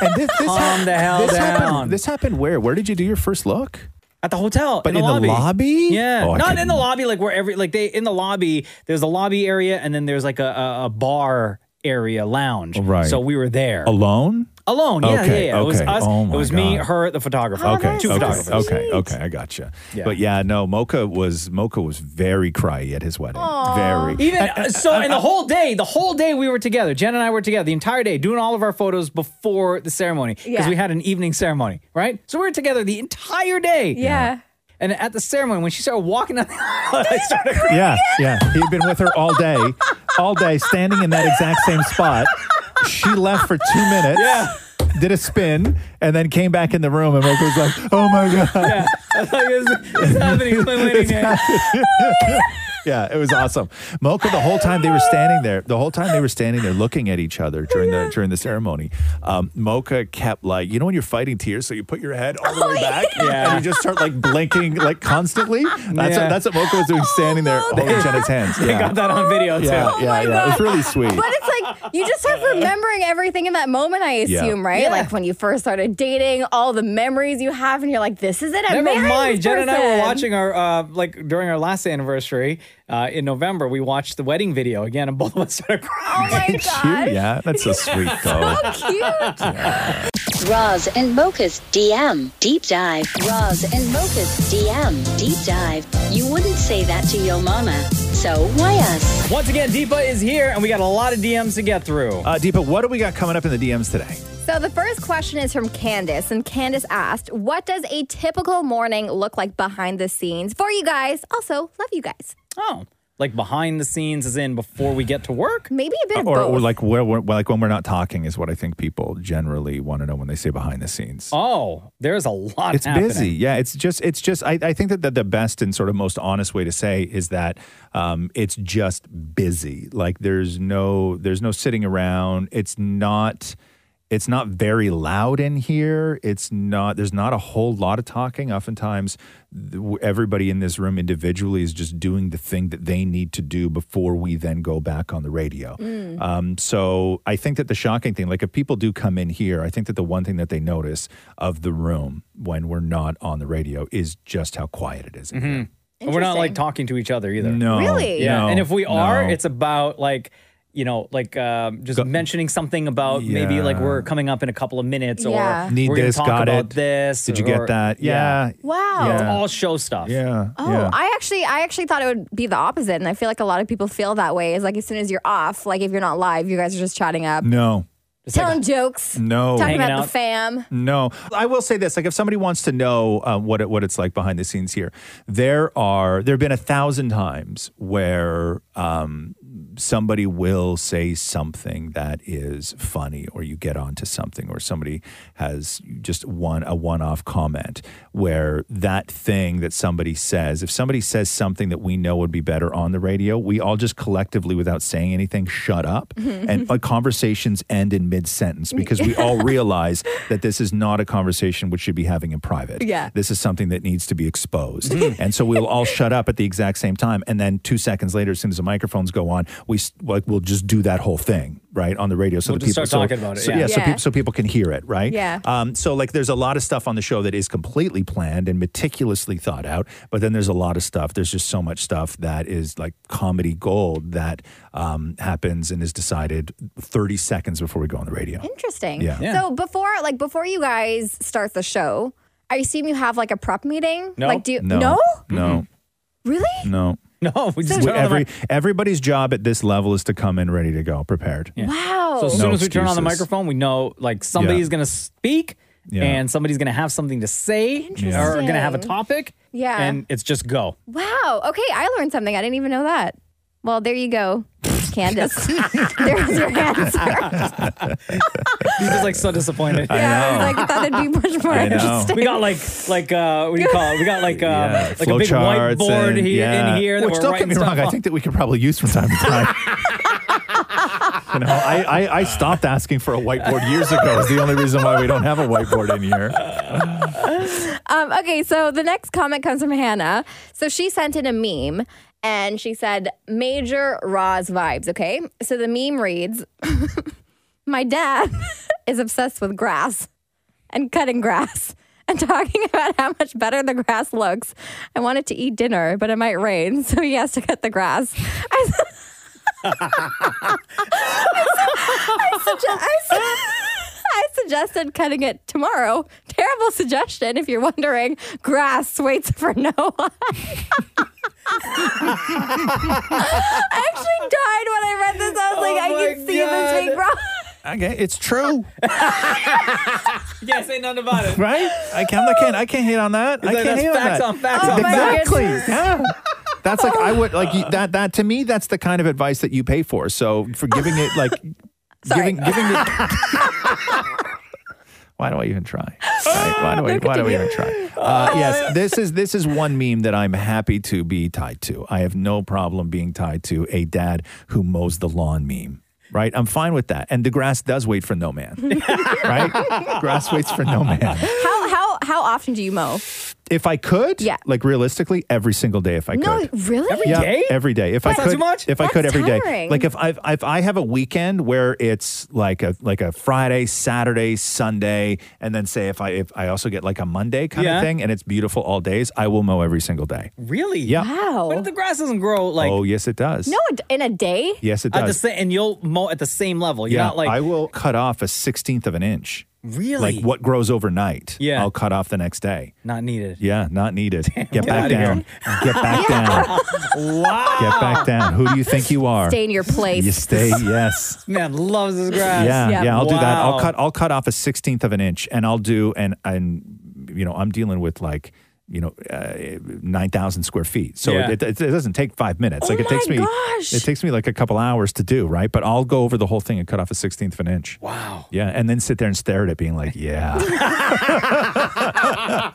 [SPEAKER 10] And this, this, hap-
[SPEAKER 2] calm the hell
[SPEAKER 10] this
[SPEAKER 2] down.
[SPEAKER 10] happened. This happened where? Where did you do your first look?
[SPEAKER 2] At the hotel,
[SPEAKER 10] But
[SPEAKER 2] in,
[SPEAKER 10] in
[SPEAKER 2] the,
[SPEAKER 10] the
[SPEAKER 2] lobby.
[SPEAKER 10] lobby?
[SPEAKER 2] Yeah,
[SPEAKER 10] Oh, I
[SPEAKER 2] not in
[SPEAKER 10] couldn't-
[SPEAKER 2] the lobby. Like where every like they in the lobby. There's a lobby area, and then there's like a a, a bar area lounge.
[SPEAKER 10] Right.
[SPEAKER 2] So we were there
[SPEAKER 10] Alone?
[SPEAKER 2] alone. Yeah,
[SPEAKER 10] Okay,
[SPEAKER 2] yeah, yeah. It was
[SPEAKER 10] okay.
[SPEAKER 2] us.
[SPEAKER 10] Oh
[SPEAKER 2] it
[SPEAKER 10] my
[SPEAKER 2] was me,
[SPEAKER 10] God.
[SPEAKER 2] her, the photographer.
[SPEAKER 10] okay.
[SPEAKER 2] two
[SPEAKER 10] okay.
[SPEAKER 2] photographers.
[SPEAKER 10] Okay. Okay. I gotcha.
[SPEAKER 2] Yeah.
[SPEAKER 10] But yeah, no. Mocha was Mocha was very cryy at his wedding. Very.
[SPEAKER 2] Even so, and
[SPEAKER 10] uh,
[SPEAKER 2] the whole day, the whole day we were together. Jen and I were together the entire day, doing all of our photos before the ceremony because
[SPEAKER 11] Yeah.
[SPEAKER 2] we had an evening ceremony, right? So we were together the entire day.
[SPEAKER 11] Yeah.
[SPEAKER 2] And at the ceremony, when she started walking down the aisle, [laughs] I started crying.
[SPEAKER 10] Yeah. Yeah. He'd been with her all day, all day, standing in that exact same spot. She left for two minutes.
[SPEAKER 2] Yeah.
[SPEAKER 10] Did a spin and then came back in the room, and Mocha was like, "Oh my god."
[SPEAKER 2] I was like, "It's, it's happening. It's my wedding day."
[SPEAKER 10] Yeah, it was awesome. Mocha, the whole time they were standing there, the whole time they were standing there looking at each other during the during the ceremony, um, Mocha kept like, you know, when you're fighting tears, so you put your head all the way back
[SPEAKER 2] Oh, Yeah.
[SPEAKER 10] and you just start like blinking like constantly. That's
[SPEAKER 2] Yeah. Oh,
[SPEAKER 10] what, that's what Mocha was doing, standing there holding Jenna's
[SPEAKER 2] [laughs]
[SPEAKER 10] hands.
[SPEAKER 2] They got that on video too. Oh
[SPEAKER 11] Oh,
[SPEAKER 10] Yeah, yeah, yeah. It's really sweet.
[SPEAKER 11] But it's like you just start remembering everything in that moment, I
[SPEAKER 10] Yeah.
[SPEAKER 11] assume, right?
[SPEAKER 2] Yeah.
[SPEAKER 11] Like when you first started dating, all the memories you have, and you're like, this is it. I'm
[SPEAKER 2] Never
[SPEAKER 11] marrying
[SPEAKER 2] mind.
[SPEAKER 11] this
[SPEAKER 2] Jen and I were
[SPEAKER 11] person.
[SPEAKER 2] watching our uh, like during our last anniversary uh, in November. We watched the wedding video again, and both of us started
[SPEAKER 11] Oh
[SPEAKER 2] crying.
[SPEAKER 11] my
[SPEAKER 10] Cute,
[SPEAKER 11] god.
[SPEAKER 10] yeah, that's
[SPEAKER 2] [laughs]
[SPEAKER 10] so sweet though.
[SPEAKER 11] Cute.
[SPEAKER 9] Roz and Mocha's DM Deep Dive. Roz and Mocha's DM Deep Dive. You wouldn't say that to your mama. So why us?
[SPEAKER 2] Once again, Deepa is here, and we got a lot of DMs to get through.
[SPEAKER 10] Uh, Deepa, what do we got coming up in the DMs today?
[SPEAKER 11] So the first question is from Candace, and Candace asked, "What does a typical morning look like behind the scenes for you guys? Also, love you guys.
[SPEAKER 2] oh, like behind the scenes, as in before we get to work.
[SPEAKER 11] Maybe a bit of
[SPEAKER 10] Or,
[SPEAKER 11] both.
[SPEAKER 10] or like where, where, like when we're not talking is what I think people generally want to know when they say behind the scenes.
[SPEAKER 2] Oh, there's a lot.
[SPEAKER 10] it's
[SPEAKER 2] happening.
[SPEAKER 10] busy yeah it's just it's just I, I think that the, the best and sort of most honest way to say is that um, it's just busy like there's no there's no sitting around it's not it's not very loud in here it's not there's not a whole lot of talking oftentimes th- everybody in this room individually is just doing the thing that they need to do before we then go back on the radio
[SPEAKER 11] Mm.
[SPEAKER 10] um, so i think that the shocking thing like if people do come in here i think that the one thing that they notice of the room when we're not on the radio is just how quiet it is in here.
[SPEAKER 2] And we're not like
[SPEAKER 11] Interesting.
[SPEAKER 2] talking to each other either.
[SPEAKER 10] no
[SPEAKER 11] Really?
[SPEAKER 2] Yeah.
[SPEAKER 10] no,
[SPEAKER 2] Mm-hmm. and if we are,
[SPEAKER 10] no.
[SPEAKER 2] it's about like, you know, like um, just mentioning something about maybe like
[SPEAKER 10] Yeah.
[SPEAKER 2] we're coming up in a couple of minutes
[SPEAKER 11] Yeah.
[SPEAKER 2] or
[SPEAKER 10] Need
[SPEAKER 2] we're gonna
[SPEAKER 10] this,
[SPEAKER 2] talk
[SPEAKER 10] got
[SPEAKER 2] about
[SPEAKER 10] it.
[SPEAKER 2] this.
[SPEAKER 10] did you
[SPEAKER 2] or-
[SPEAKER 10] get that yeah
[SPEAKER 11] Wow.
[SPEAKER 10] Yeah.
[SPEAKER 2] It's all show stuff.
[SPEAKER 10] yeah
[SPEAKER 11] Oh,
[SPEAKER 10] yeah.
[SPEAKER 11] I actually, I actually thought it would be the opposite, and I feel like a lot of people feel that way. Is like as soon as you're off, like if you're not live, you guys are just chatting up,
[SPEAKER 10] no
[SPEAKER 11] telling jokes,
[SPEAKER 10] no
[SPEAKER 11] talking about
[SPEAKER 2] Hanging
[SPEAKER 11] the
[SPEAKER 2] out.
[SPEAKER 11] fam.
[SPEAKER 10] No, I will say this: like, if somebody wants to know uh, what it, what it's like behind the scenes here, there are there have been a thousand times where um, somebody will say something that is funny, or you get onto something, or somebody has just one a one off comment where that thing that somebody says, if somebody says something that we know would be better on the radio, we all just collectively, without saying anything, shut up, and uh, conversations end in mid sentence
[SPEAKER 11] Mm-hmm.
[SPEAKER 10] because we all realize that this is not a conversation which should be having in private.
[SPEAKER 11] Yeah. Mm-hmm.
[SPEAKER 10] This is something that needs to be exposed. and so we'll all shut up at the exact same time. And then two seconds later, as soon as the microphones go on, we s- like we'll just do that whole thing right on the radio. So
[SPEAKER 2] We'll
[SPEAKER 10] the
[SPEAKER 2] just
[SPEAKER 10] people
[SPEAKER 2] start
[SPEAKER 10] so-
[SPEAKER 2] talking about it,
[SPEAKER 10] So,
[SPEAKER 2] yeah.
[SPEAKER 10] So,
[SPEAKER 11] Yeah.
[SPEAKER 10] peop- so people can hear it. Right.
[SPEAKER 11] Yeah.
[SPEAKER 10] Um, so like there's a lot of stuff on the show that is completely planned and meticulously thought out, but then there's a lot of stuff. There's just so much stuff that is like comedy gold that um, happens and is decided 30 seconds before we go on the radio.
[SPEAKER 11] Interesting.
[SPEAKER 10] Yeah.
[SPEAKER 2] Yeah.
[SPEAKER 11] So before, like before you guys start the show, I assume you have like a prep meeting.
[SPEAKER 2] No.
[SPEAKER 11] Like do you?
[SPEAKER 10] No, Mm. no,
[SPEAKER 11] Really?
[SPEAKER 10] no.
[SPEAKER 2] [laughs] No, we just
[SPEAKER 10] We-
[SPEAKER 2] turn on the
[SPEAKER 10] every
[SPEAKER 2] mic.
[SPEAKER 10] everybody's job at this level is to come in ready to go, prepared.
[SPEAKER 11] Wow.
[SPEAKER 2] So as soon
[SPEAKER 10] No
[SPEAKER 2] as we turn on the
[SPEAKER 10] excuses.
[SPEAKER 2] microphone, we know like somebody's
[SPEAKER 10] Yeah.
[SPEAKER 2] gonna speak
[SPEAKER 10] Yeah.
[SPEAKER 2] and somebody's gonna have something to say or gonna have a
[SPEAKER 11] Interesting.
[SPEAKER 2] topic.
[SPEAKER 11] Yeah.
[SPEAKER 2] And it's just go.
[SPEAKER 11] wow. Okay, I learned something. I didn't even know that. Well, there you go,
[SPEAKER 10] [laughs]
[SPEAKER 11] Candace. There's your answer.
[SPEAKER 2] He's just like so
[SPEAKER 10] [laughs]
[SPEAKER 2] disappointed.
[SPEAKER 11] Yeah, [laughs] I was like, I thought it'd be much more
[SPEAKER 10] I know.
[SPEAKER 11] interesting.
[SPEAKER 2] We got like like uh what do you call it? We got like uh
[SPEAKER 10] Yeah,
[SPEAKER 2] like a big
[SPEAKER 10] flowcharts
[SPEAKER 2] whiteboard
[SPEAKER 10] and-
[SPEAKER 2] here
[SPEAKER 10] yeah.
[SPEAKER 2] in here that
[SPEAKER 10] Which
[SPEAKER 2] we're
[SPEAKER 10] don't
[SPEAKER 2] writing
[SPEAKER 10] get me
[SPEAKER 2] stuff
[SPEAKER 10] wrong, I
[SPEAKER 2] on.
[SPEAKER 10] think that we could probably use from time
[SPEAKER 2] [laughs]
[SPEAKER 10] to time. you know, I, I, I stopped asking for a whiteboard years ago. Is the only reason why we don't have a whiteboard in here.
[SPEAKER 11] Um, okay, so the next comment comes from Hannah. So she sent in a meme and she said, Major Roz vibes, okay? So the meme reads, My dad [laughs] is obsessed with grass and cutting grass [laughs] and talking about how much better the grass looks. I wanted to eat dinner, but it might rain, so he has to cut the grass. [laughs] I I, sugge- I su- I suggested cutting it tomorrow. Terrible suggestion if you're wondering. Grass waits for no [laughs] one. I actually died when I read this. I was
[SPEAKER 2] Oh
[SPEAKER 11] like,
[SPEAKER 2] my
[SPEAKER 11] I can see
[SPEAKER 2] God.
[SPEAKER 11] this being wrong.
[SPEAKER 10] Okay, it's true,
[SPEAKER 2] [laughs] Yeah, say nothing about it.
[SPEAKER 10] right? I can't, I can't, I can't hate on that. I
[SPEAKER 2] like,
[SPEAKER 10] can't
[SPEAKER 2] that's
[SPEAKER 10] hate
[SPEAKER 2] facts
[SPEAKER 10] on
[SPEAKER 2] on
[SPEAKER 10] that. Oh
[SPEAKER 2] facts on
[SPEAKER 11] my
[SPEAKER 10] exactly.
[SPEAKER 11] goodness.
[SPEAKER 10] Yeah.
[SPEAKER 2] [laughs]
[SPEAKER 10] That's like I would like you- that. That to me, that's the kind of advice that you
[SPEAKER 2] [laughs]
[SPEAKER 10] pay for. So for giving it [laughs] like
[SPEAKER 11] Sorry.
[SPEAKER 10] giving giving it. Why do I even try? Right? Why do I? Why do I even try? Uh, yes, this is this is one meme that I'm happy to be tied to. I have no problem being tied to a dad who mows the lawn meme. Right, I'm fine with that. And the grass does wait for no man. [laughs] right, grass waits for no man.
[SPEAKER 11] How how how often do you mow?
[SPEAKER 10] If I could,
[SPEAKER 11] Yeah.
[SPEAKER 10] like realistically, every single day. If I
[SPEAKER 11] No,
[SPEAKER 10] could,
[SPEAKER 11] really?
[SPEAKER 10] yeah,
[SPEAKER 2] day?
[SPEAKER 10] Every day. If
[SPEAKER 2] That's
[SPEAKER 10] I
[SPEAKER 2] not
[SPEAKER 10] could,
[SPEAKER 2] too much?
[SPEAKER 10] if I
[SPEAKER 11] That's
[SPEAKER 10] could every day.
[SPEAKER 11] tiring.
[SPEAKER 10] Like if I if I have a weekend where it's like a like a Friday, Saturday, Sunday, and then say if I if I also get like a Monday kind
[SPEAKER 2] Yeah.
[SPEAKER 10] of thing, and it's beautiful all days, I will mow every single day.
[SPEAKER 2] Really?
[SPEAKER 10] Yeah.
[SPEAKER 2] But if
[SPEAKER 11] Wow.
[SPEAKER 2] the grass doesn't grow like
[SPEAKER 10] oh yes, it does.
[SPEAKER 11] No, a d- in a day?
[SPEAKER 10] Yes, it
[SPEAKER 2] at the
[SPEAKER 10] does.
[SPEAKER 2] same, and you'll mow at the same level. You're
[SPEAKER 10] yeah,
[SPEAKER 2] not like
[SPEAKER 10] I will cut off a sixteenth of an inch.
[SPEAKER 2] really
[SPEAKER 10] Like what grows overnight,
[SPEAKER 2] Yeah.
[SPEAKER 10] I'll cut off the next day.
[SPEAKER 2] not needed.
[SPEAKER 10] Yeah, not needed. Get back
[SPEAKER 2] outta here.
[SPEAKER 10] down. Get back down.
[SPEAKER 2] Wow.
[SPEAKER 10] Get back down. Who do you think you are?
[SPEAKER 11] Oh. Stay in your place.
[SPEAKER 10] you
[SPEAKER 11] [laughs]
[SPEAKER 10] stay. Yes.
[SPEAKER 2] Man loves his grass.
[SPEAKER 10] Yeah,
[SPEAKER 11] Yeah.
[SPEAKER 10] yeah, I'll do that.
[SPEAKER 2] Wow.
[SPEAKER 10] I'll cut. I'll cut off a sixteenth of an inch, and I'll do and and you know I'm dealing with like you know uh, nine thousand square feet, so
[SPEAKER 2] Yeah.
[SPEAKER 10] it, it, it doesn't take five minutes.
[SPEAKER 11] Oh
[SPEAKER 10] like it
[SPEAKER 11] my
[SPEAKER 10] takes me,
[SPEAKER 11] gosh.
[SPEAKER 10] it takes me like a couple hours to do, right? But I'll go over the whole thing and cut off a sixteenth of an inch.
[SPEAKER 2] Wow.
[SPEAKER 10] Yeah, and then sit there and stare at it, being like, yeah,
[SPEAKER 2] Find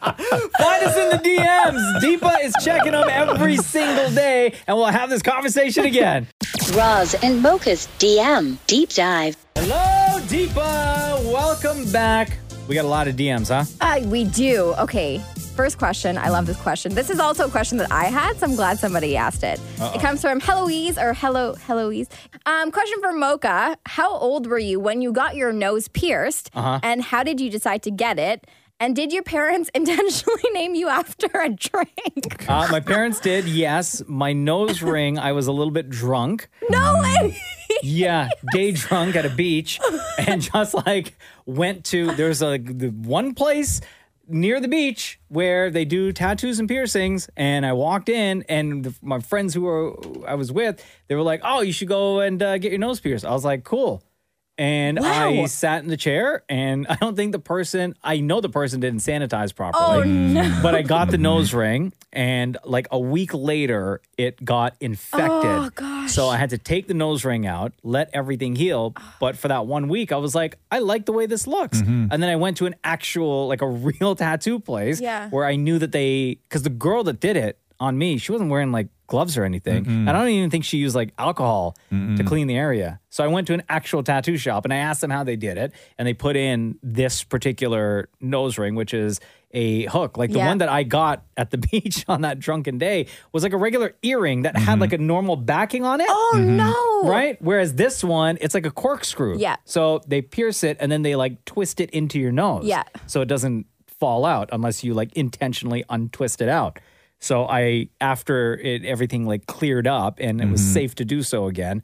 [SPEAKER 2] us in the DMs.
[SPEAKER 10] [laughs]
[SPEAKER 2] Deepa is checking them every single day, and we'll have this conversation again.
[SPEAKER 9] Roz and Mocha's DM Deep Dive.
[SPEAKER 2] Hello, Deepa. Welcome back. We got a lot of DMs,
[SPEAKER 10] [laughs]
[SPEAKER 2] huh?
[SPEAKER 11] Uh, we do. Okay. First question. I love this question. This is also a question that I had, so I'm glad somebody asked it. It comes from Heloise or Hello Heloise. Um, question for Mocha. How old were you when you got your nose pierced?
[SPEAKER 10] Uh-huh.
[SPEAKER 11] And how did you decide to get it? And did your parents [laughs] intentionally name you after a drink? [laughs]
[SPEAKER 2] Uh, my parents did, yes. My nose ring, I was a little bit drunk.
[SPEAKER 11] No
[SPEAKER 10] Mm-hmm.
[SPEAKER 11] way. [laughs]
[SPEAKER 2] Yeah, day drunk at a beach, and just like went to there's a the one place near the beach where they do tattoos and piercings, and I walked in, and the, my friends who were I was with, they were like, "Oh, you should go and uh, get your nose pierced." I was like, "Cool." And I
[SPEAKER 11] Wow.
[SPEAKER 2] sat in the chair, and I don't think the person, I know the person didn't sanitize properly
[SPEAKER 11] Oh no.
[SPEAKER 2] but I got the nose ring, and like a week later, it got infected.
[SPEAKER 11] Oh, gosh.
[SPEAKER 2] So I had to take the nose ring out, let everything heal. But for that one week, I was like, I like the way this looks. And then I went to an actual, like a [laughs] real tattoo place
[SPEAKER 11] Yeah.
[SPEAKER 2] where I knew that they, because the girl that did it on me, she wasn't wearing like gloves or anything. And I don't even think she used like alcohol to clean the area. So I went to an actual tattoo shop and I asked them how they did it. And they put in this particular nose ring, which is a hook. Like the
[SPEAKER 11] Yeah.
[SPEAKER 2] one that I got at the [laughs] beach on that drunken day was like a regular earring that
[SPEAKER 10] Mm-hmm.
[SPEAKER 2] had like a normal backing on it.
[SPEAKER 11] Oh no.
[SPEAKER 2] Right? Whereas this one, it's like a corkscrew.
[SPEAKER 11] Yeah.
[SPEAKER 2] So they pierce it and then they like twist it into your nose.
[SPEAKER 11] Yeah.
[SPEAKER 2] So it doesn't fall out unless you like intentionally untwist it out. So I, after it, everything like cleared up and it was
[SPEAKER 10] Mm-hmm.
[SPEAKER 2] safe to do so again,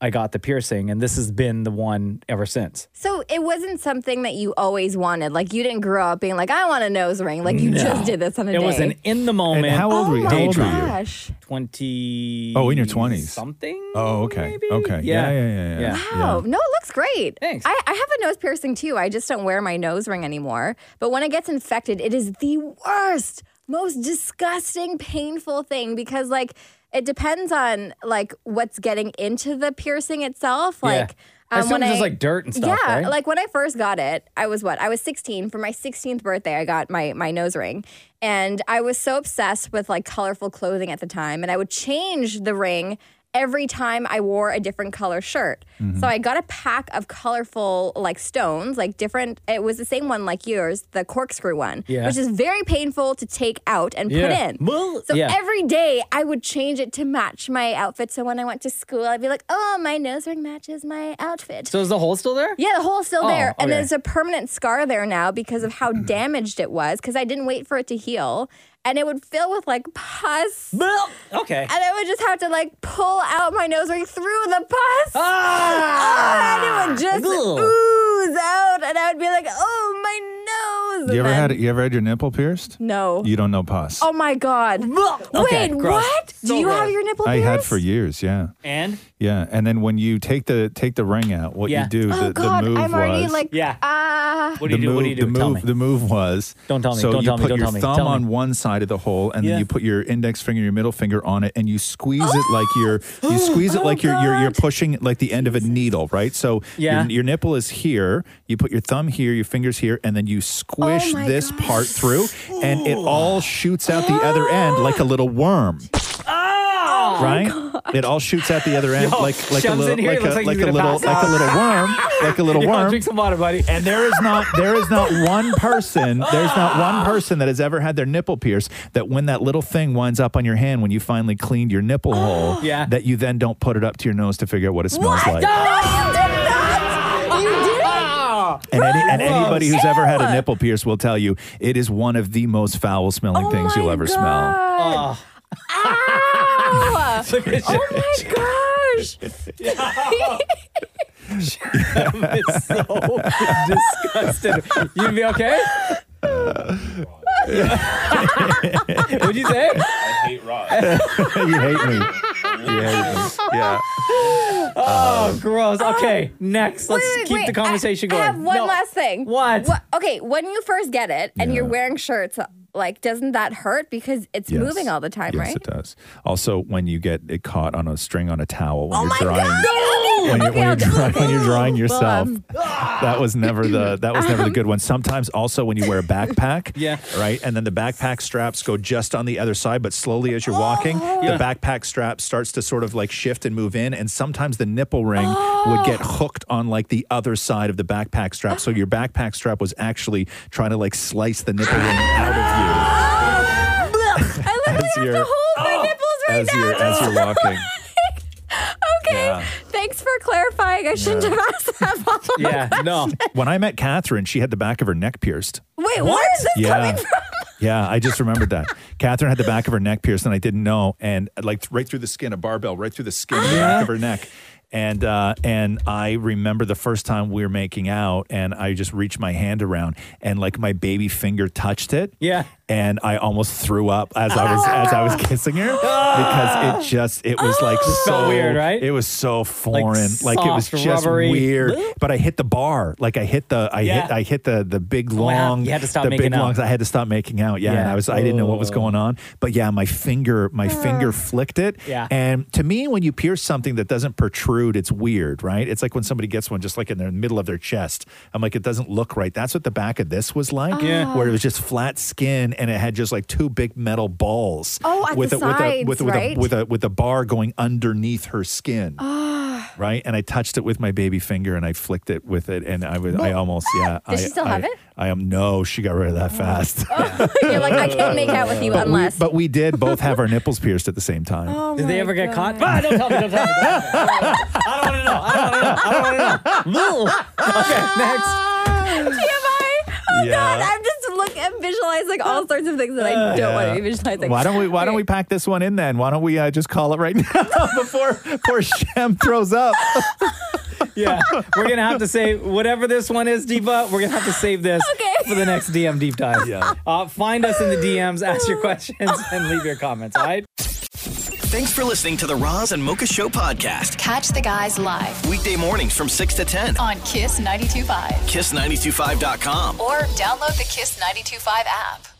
[SPEAKER 2] I got the piercing and this has been the one ever since.
[SPEAKER 11] So it wasn't something that you always wanted. Like you didn't grow up being like, I want a nose ring. Like you just did this on a
[SPEAKER 2] It
[SPEAKER 11] day.
[SPEAKER 2] was an in the moment.
[SPEAKER 10] And how old
[SPEAKER 11] oh
[SPEAKER 10] were you?
[SPEAKER 11] my
[SPEAKER 10] How old were you?
[SPEAKER 11] gosh.
[SPEAKER 2] 20
[SPEAKER 10] Oh, in your 20s.
[SPEAKER 2] something
[SPEAKER 10] Oh, okay.
[SPEAKER 2] maybe?
[SPEAKER 10] Okay. Yeah, yeah, yeah, yeah.
[SPEAKER 11] Wow. No, it looks great.
[SPEAKER 2] Thanks.
[SPEAKER 11] I, I have a nose piercing too. I just don't wear my nose ring anymore. But when it gets infected, it is the worst, most disgusting, painful thing because like it depends on like what's getting into the piercing itself. Like uh,
[SPEAKER 2] I
[SPEAKER 11] um,
[SPEAKER 2] assume it's just, like, dirt and stuff,
[SPEAKER 11] Yeah,
[SPEAKER 2] right?
[SPEAKER 11] like when I first got it, I was what? I was 16. For my 16th birthday, I got my my nose ring. And I was so obsessed with like colorful clothing at the time, and I would change the ring every time I wore a different color shirt.
[SPEAKER 2] Mm-hmm.
[SPEAKER 11] So I got a pack of colorful like stones, like different it was the same one like yours, the corkscrew one,
[SPEAKER 2] Yeah.
[SPEAKER 11] which is very painful to take out and
[SPEAKER 2] Yeah.
[SPEAKER 11] put in.
[SPEAKER 2] Well,
[SPEAKER 11] So
[SPEAKER 2] yeah.
[SPEAKER 11] every day I would change it to match my outfit. So when I went to school, I'd be like, "Oh, my nose ring matches my outfit."
[SPEAKER 2] So is the hole still there?
[SPEAKER 11] Yeah, the hole's still
[SPEAKER 2] Oh,
[SPEAKER 11] there. And
[SPEAKER 2] okay.
[SPEAKER 11] there's a permanent scar there now because of how
[SPEAKER 10] Mm-hmm.
[SPEAKER 11] damaged it was, because I didn't wait for it to heal. And it would fill with like pus. And
[SPEAKER 2] Well, okay.
[SPEAKER 11] I would just have to like pull out my nose ring through the pus.
[SPEAKER 2] Ah!
[SPEAKER 11] and it would just
[SPEAKER 2] Ugh.
[SPEAKER 11] ooze out. And I would be like, oh, my nose.
[SPEAKER 10] [laughs] You
[SPEAKER 11] And
[SPEAKER 10] ever
[SPEAKER 11] then-
[SPEAKER 10] had you ever had your nipple pierced?
[SPEAKER 11] No.
[SPEAKER 10] You don't know pus.
[SPEAKER 11] oh, my God.
[SPEAKER 2] Okay,
[SPEAKER 11] Wait,
[SPEAKER 2] gross.
[SPEAKER 11] what?
[SPEAKER 2] So
[SPEAKER 11] Do you have
[SPEAKER 2] gross.
[SPEAKER 11] your nipple
[SPEAKER 10] I had
[SPEAKER 11] pierced?
[SPEAKER 10] for years. Yeah.
[SPEAKER 2] And
[SPEAKER 10] Yeah, and then when you take the take the ring out, what
[SPEAKER 2] Yeah.
[SPEAKER 10] you do
[SPEAKER 11] Oh,
[SPEAKER 10] the,
[SPEAKER 11] God.
[SPEAKER 10] the move
[SPEAKER 11] I'm already
[SPEAKER 10] was
[SPEAKER 11] like,
[SPEAKER 2] yeah.
[SPEAKER 11] ah. Yeah.
[SPEAKER 2] What do you
[SPEAKER 10] the
[SPEAKER 2] do?
[SPEAKER 10] Move,
[SPEAKER 2] what do you do?
[SPEAKER 10] The move,
[SPEAKER 2] Tell me.
[SPEAKER 10] the move was.
[SPEAKER 2] Don't tell me,
[SPEAKER 10] So
[SPEAKER 2] don't
[SPEAKER 10] you
[SPEAKER 2] tell me,
[SPEAKER 10] put
[SPEAKER 2] don't
[SPEAKER 10] your
[SPEAKER 2] tell me,
[SPEAKER 10] thumb
[SPEAKER 2] tell me.
[SPEAKER 10] on one side of the hole, and
[SPEAKER 2] Yeah.
[SPEAKER 10] then you put your index finger, and your middle finger on it, and you squeeze it like you're
[SPEAKER 11] [gasps]
[SPEAKER 10] you squeeze it
[SPEAKER 11] Oh,
[SPEAKER 10] like you're, you're you're
[SPEAKER 11] God.
[SPEAKER 10] pushing like the end of a needle, right? So
[SPEAKER 2] Yeah.
[SPEAKER 10] your, your nipple is here. You put your thumb here, your fingers here, and then you squish
[SPEAKER 11] Oh my
[SPEAKER 10] this
[SPEAKER 11] God.
[SPEAKER 10] part through, and it all shoots out the other end like a little worm.
[SPEAKER 2] Ah!
[SPEAKER 10] [laughs]
[SPEAKER 11] Oh,
[SPEAKER 10] Right, it all shoots out the other end
[SPEAKER 2] Yo,
[SPEAKER 10] like like a
[SPEAKER 2] Shem's
[SPEAKER 10] little
[SPEAKER 2] in here,
[SPEAKER 10] like
[SPEAKER 2] looks
[SPEAKER 10] a,
[SPEAKER 2] like
[SPEAKER 10] like
[SPEAKER 2] he's
[SPEAKER 10] a
[SPEAKER 2] gonna
[SPEAKER 10] little
[SPEAKER 2] pass
[SPEAKER 10] like a
[SPEAKER 2] out.
[SPEAKER 10] little worm like
[SPEAKER 2] [laughs]
[SPEAKER 10] a little
[SPEAKER 2] Yo,
[SPEAKER 10] worm.
[SPEAKER 2] drink some water, buddy.
[SPEAKER 10] [laughs] And there is not there is not one person there's not
[SPEAKER 11] [laughs]
[SPEAKER 10] one person that has ever had their nipple pierced that when that little thing winds up on your hand when you finally cleaned your nipple hole
[SPEAKER 11] [gasps]
[SPEAKER 2] Yeah.
[SPEAKER 10] that you then don't put it up to your nose to figure out what it smells like.
[SPEAKER 11] No, you did not. You did.
[SPEAKER 10] And, any, and anybody who's
[SPEAKER 11] Gross.
[SPEAKER 10] ever had a
[SPEAKER 11] Ew.
[SPEAKER 10] nipple pierced will tell you it is one of the most foul smelling
[SPEAKER 11] Oh
[SPEAKER 10] things you'll
[SPEAKER 11] my
[SPEAKER 10] ever smell. [laughs]
[SPEAKER 11] God. Ow.
[SPEAKER 2] Ah!
[SPEAKER 11] [laughs]
[SPEAKER 2] Look at
[SPEAKER 11] oh my gosh.
[SPEAKER 2] Shem. It's
[SPEAKER 10] [laughs]
[SPEAKER 2] so disgusted. You'd be okay? [laughs] What'd you say?
[SPEAKER 10] [laughs] you hate
[SPEAKER 11] [laughs]
[SPEAKER 10] me. You hate me. Yeah.
[SPEAKER 2] Oh, gross. Okay, next. Let's
[SPEAKER 11] Wait, wait,
[SPEAKER 2] keep
[SPEAKER 11] wait.
[SPEAKER 2] the conversation
[SPEAKER 11] I,
[SPEAKER 2] going.
[SPEAKER 11] I have one
[SPEAKER 2] No.
[SPEAKER 11] last thing.
[SPEAKER 2] What?
[SPEAKER 11] Okay, when you first get it and you're wearing shirts, like, doesn't that hurt because it's
[SPEAKER 10] Yes.
[SPEAKER 11] moving all the time,
[SPEAKER 10] yes,
[SPEAKER 11] right?
[SPEAKER 10] it does. Also, when you get it caught on a string on a towel when
[SPEAKER 11] Oh
[SPEAKER 10] you're
[SPEAKER 11] my
[SPEAKER 10] drying,
[SPEAKER 11] [laughs] god!
[SPEAKER 10] when
[SPEAKER 11] Okay,
[SPEAKER 10] you're, when,
[SPEAKER 11] I'll
[SPEAKER 10] you're
[SPEAKER 11] do-
[SPEAKER 10] dry, when you're drying
[SPEAKER 11] Well,
[SPEAKER 10] yourself.
[SPEAKER 11] um,
[SPEAKER 10] that was never
[SPEAKER 11] [clears throat]
[SPEAKER 10] the that was never the good one. Sometimes also when you wear a
[SPEAKER 11] [laughs]
[SPEAKER 10] backpack,
[SPEAKER 2] Yeah.
[SPEAKER 10] right, and then the backpack straps go just on the other side, but slowly
[SPEAKER 11] Oh.
[SPEAKER 10] as you're walking,
[SPEAKER 2] Yeah.
[SPEAKER 10] the backpack strap starts to sort of like shift and move in, and sometimes the nipple ring would get
[SPEAKER 11] Oh.
[SPEAKER 10] hooked on like the other side of the backpack strap, so your backpack strap was actually trying to like slice the nipple ring
[SPEAKER 11] [laughs]
[SPEAKER 10] out of you. [laughs]
[SPEAKER 11] ah! Blech. [laughs] I literally
[SPEAKER 10] As
[SPEAKER 11] have
[SPEAKER 10] you're- Oh!
[SPEAKER 11] to hold my nipples right
[SPEAKER 10] as
[SPEAKER 11] now.
[SPEAKER 10] you're as
[SPEAKER 11] [laughs]
[SPEAKER 10] you're walking.
[SPEAKER 11] okay,
[SPEAKER 10] Yeah.
[SPEAKER 11] thanks for clarifying. I shouldn't have asked that. [laughs] follow-up.
[SPEAKER 2] Yeah, no.
[SPEAKER 10] When I met Catherine, she had the back of her neck pierced.
[SPEAKER 11] Wait, where is this coming from?
[SPEAKER 10] yeah, I just remembered that. Catherine had the back of her neck pierced, and I didn't know. And like right through the skin, a barbell right through the skin, of the back of her neck. And uh, and I remember the first time we were making out, and I just reached my hand around, and like my baby finger touched it.
[SPEAKER 2] Yeah.
[SPEAKER 10] And I almost threw up as I was
[SPEAKER 2] [laughs]
[SPEAKER 10] as I was kissing her because it just it was like so
[SPEAKER 2] Ah! felt weird, right?
[SPEAKER 10] It was so foreign, like, it was
[SPEAKER 2] soft,
[SPEAKER 10] just
[SPEAKER 2] rubbery.
[SPEAKER 10] weird. But I hit the bar, like I hit the I
[SPEAKER 2] Yeah.
[SPEAKER 10] hit I hit the the big
[SPEAKER 2] what happened?
[SPEAKER 10] long.
[SPEAKER 2] Oh, You had to stop
[SPEAKER 10] the
[SPEAKER 2] making
[SPEAKER 10] big
[SPEAKER 2] out.
[SPEAKER 10] longs. I had to stop making out. Yeah, and
[SPEAKER 2] Yeah.
[SPEAKER 10] I was I didn't know what was going on, but yeah, my finger my finger flicked it.
[SPEAKER 2] Ah. Yeah.
[SPEAKER 10] and to me, when you pierce something that doesn't protrude, it's weird, right? It's like when somebody gets one just like in the middle of their chest. I'm like, it doesn't look right. That's what the back of this was like,
[SPEAKER 2] Yeah.
[SPEAKER 10] where it was just flat skin and it had just like two big metal balls.
[SPEAKER 11] Oh, at
[SPEAKER 10] with
[SPEAKER 11] the
[SPEAKER 10] a, with a,
[SPEAKER 11] sides,
[SPEAKER 10] with, a- with,
[SPEAKER 11] right?
[SPEAKER 10] a, with a with a bar going underneath her skin. Right, and I touched it with my baby finger, and I flicked it with it, and I was, I almost, yeah.
[SPEAKER 11] Does
[SPEAKER 10] I-
[SPEAKER 11] she still
[SPEAKER 10] I-
[SPEAKER 11] have it? Oh.
[SPEAKER 10] I am no. She got rid of that fast. [laughs]
[SPEAKER 11] You're like, I can't make out with you
[SPEAKER 10] but, we,
[SPEAKER 11] unless.
[SPEAKER 10] but we did both have our nipples pierced at the same time.
[SPEAKER 11] Oh
[SPEAKER 2] Did they ever get caught? Ah, don't tell me, don't tell me.
[SPEAKER 11] [laughs]
[SPEAKER 2] Don't tell me. I don't want to know. I don't want to know. I
[SPEAKER 11] [laughs] TMI. Oh
[SPEAKER 10] Yeah. Uh,
[SPEAKER 11] God! I'm just looking, I'm visualizing all sorts of things that I don't want to be visualizing.
[SPEAKER 10] Why don't we? Why don't
[SPEAKER 11] Okay.
[SPEAKER 10] we pack this one in then? Why don't we uh, just call it right [laughs] now before before Shem throws up?
[SPEAKER 2] don't want to know. Next. Yeah. We're going to have to say, whatever this one is, Diva, we're going to have to save this
[SPEAKER 11] Okay.
[SPEAKER 2] for the next DM deep dive.
[SPEAKER 10] Yeah.
[SPEAKER 2] Uh, find us in the DMs, ask your questions, and leave your comments, all right?
[SPEAKER 1] Thanks for listening to the Roz and Mocha Show podcast.
[SPEAKER 4] Catch the guys live
[SPEAKER 1] Weekday mornings from 6 to 10 on
[SPEAKER 4] on Kiss 92.5
[SPEAKER 1] kiss925.com.
[SPEAKER 4] or download the Kiss 92.5 app.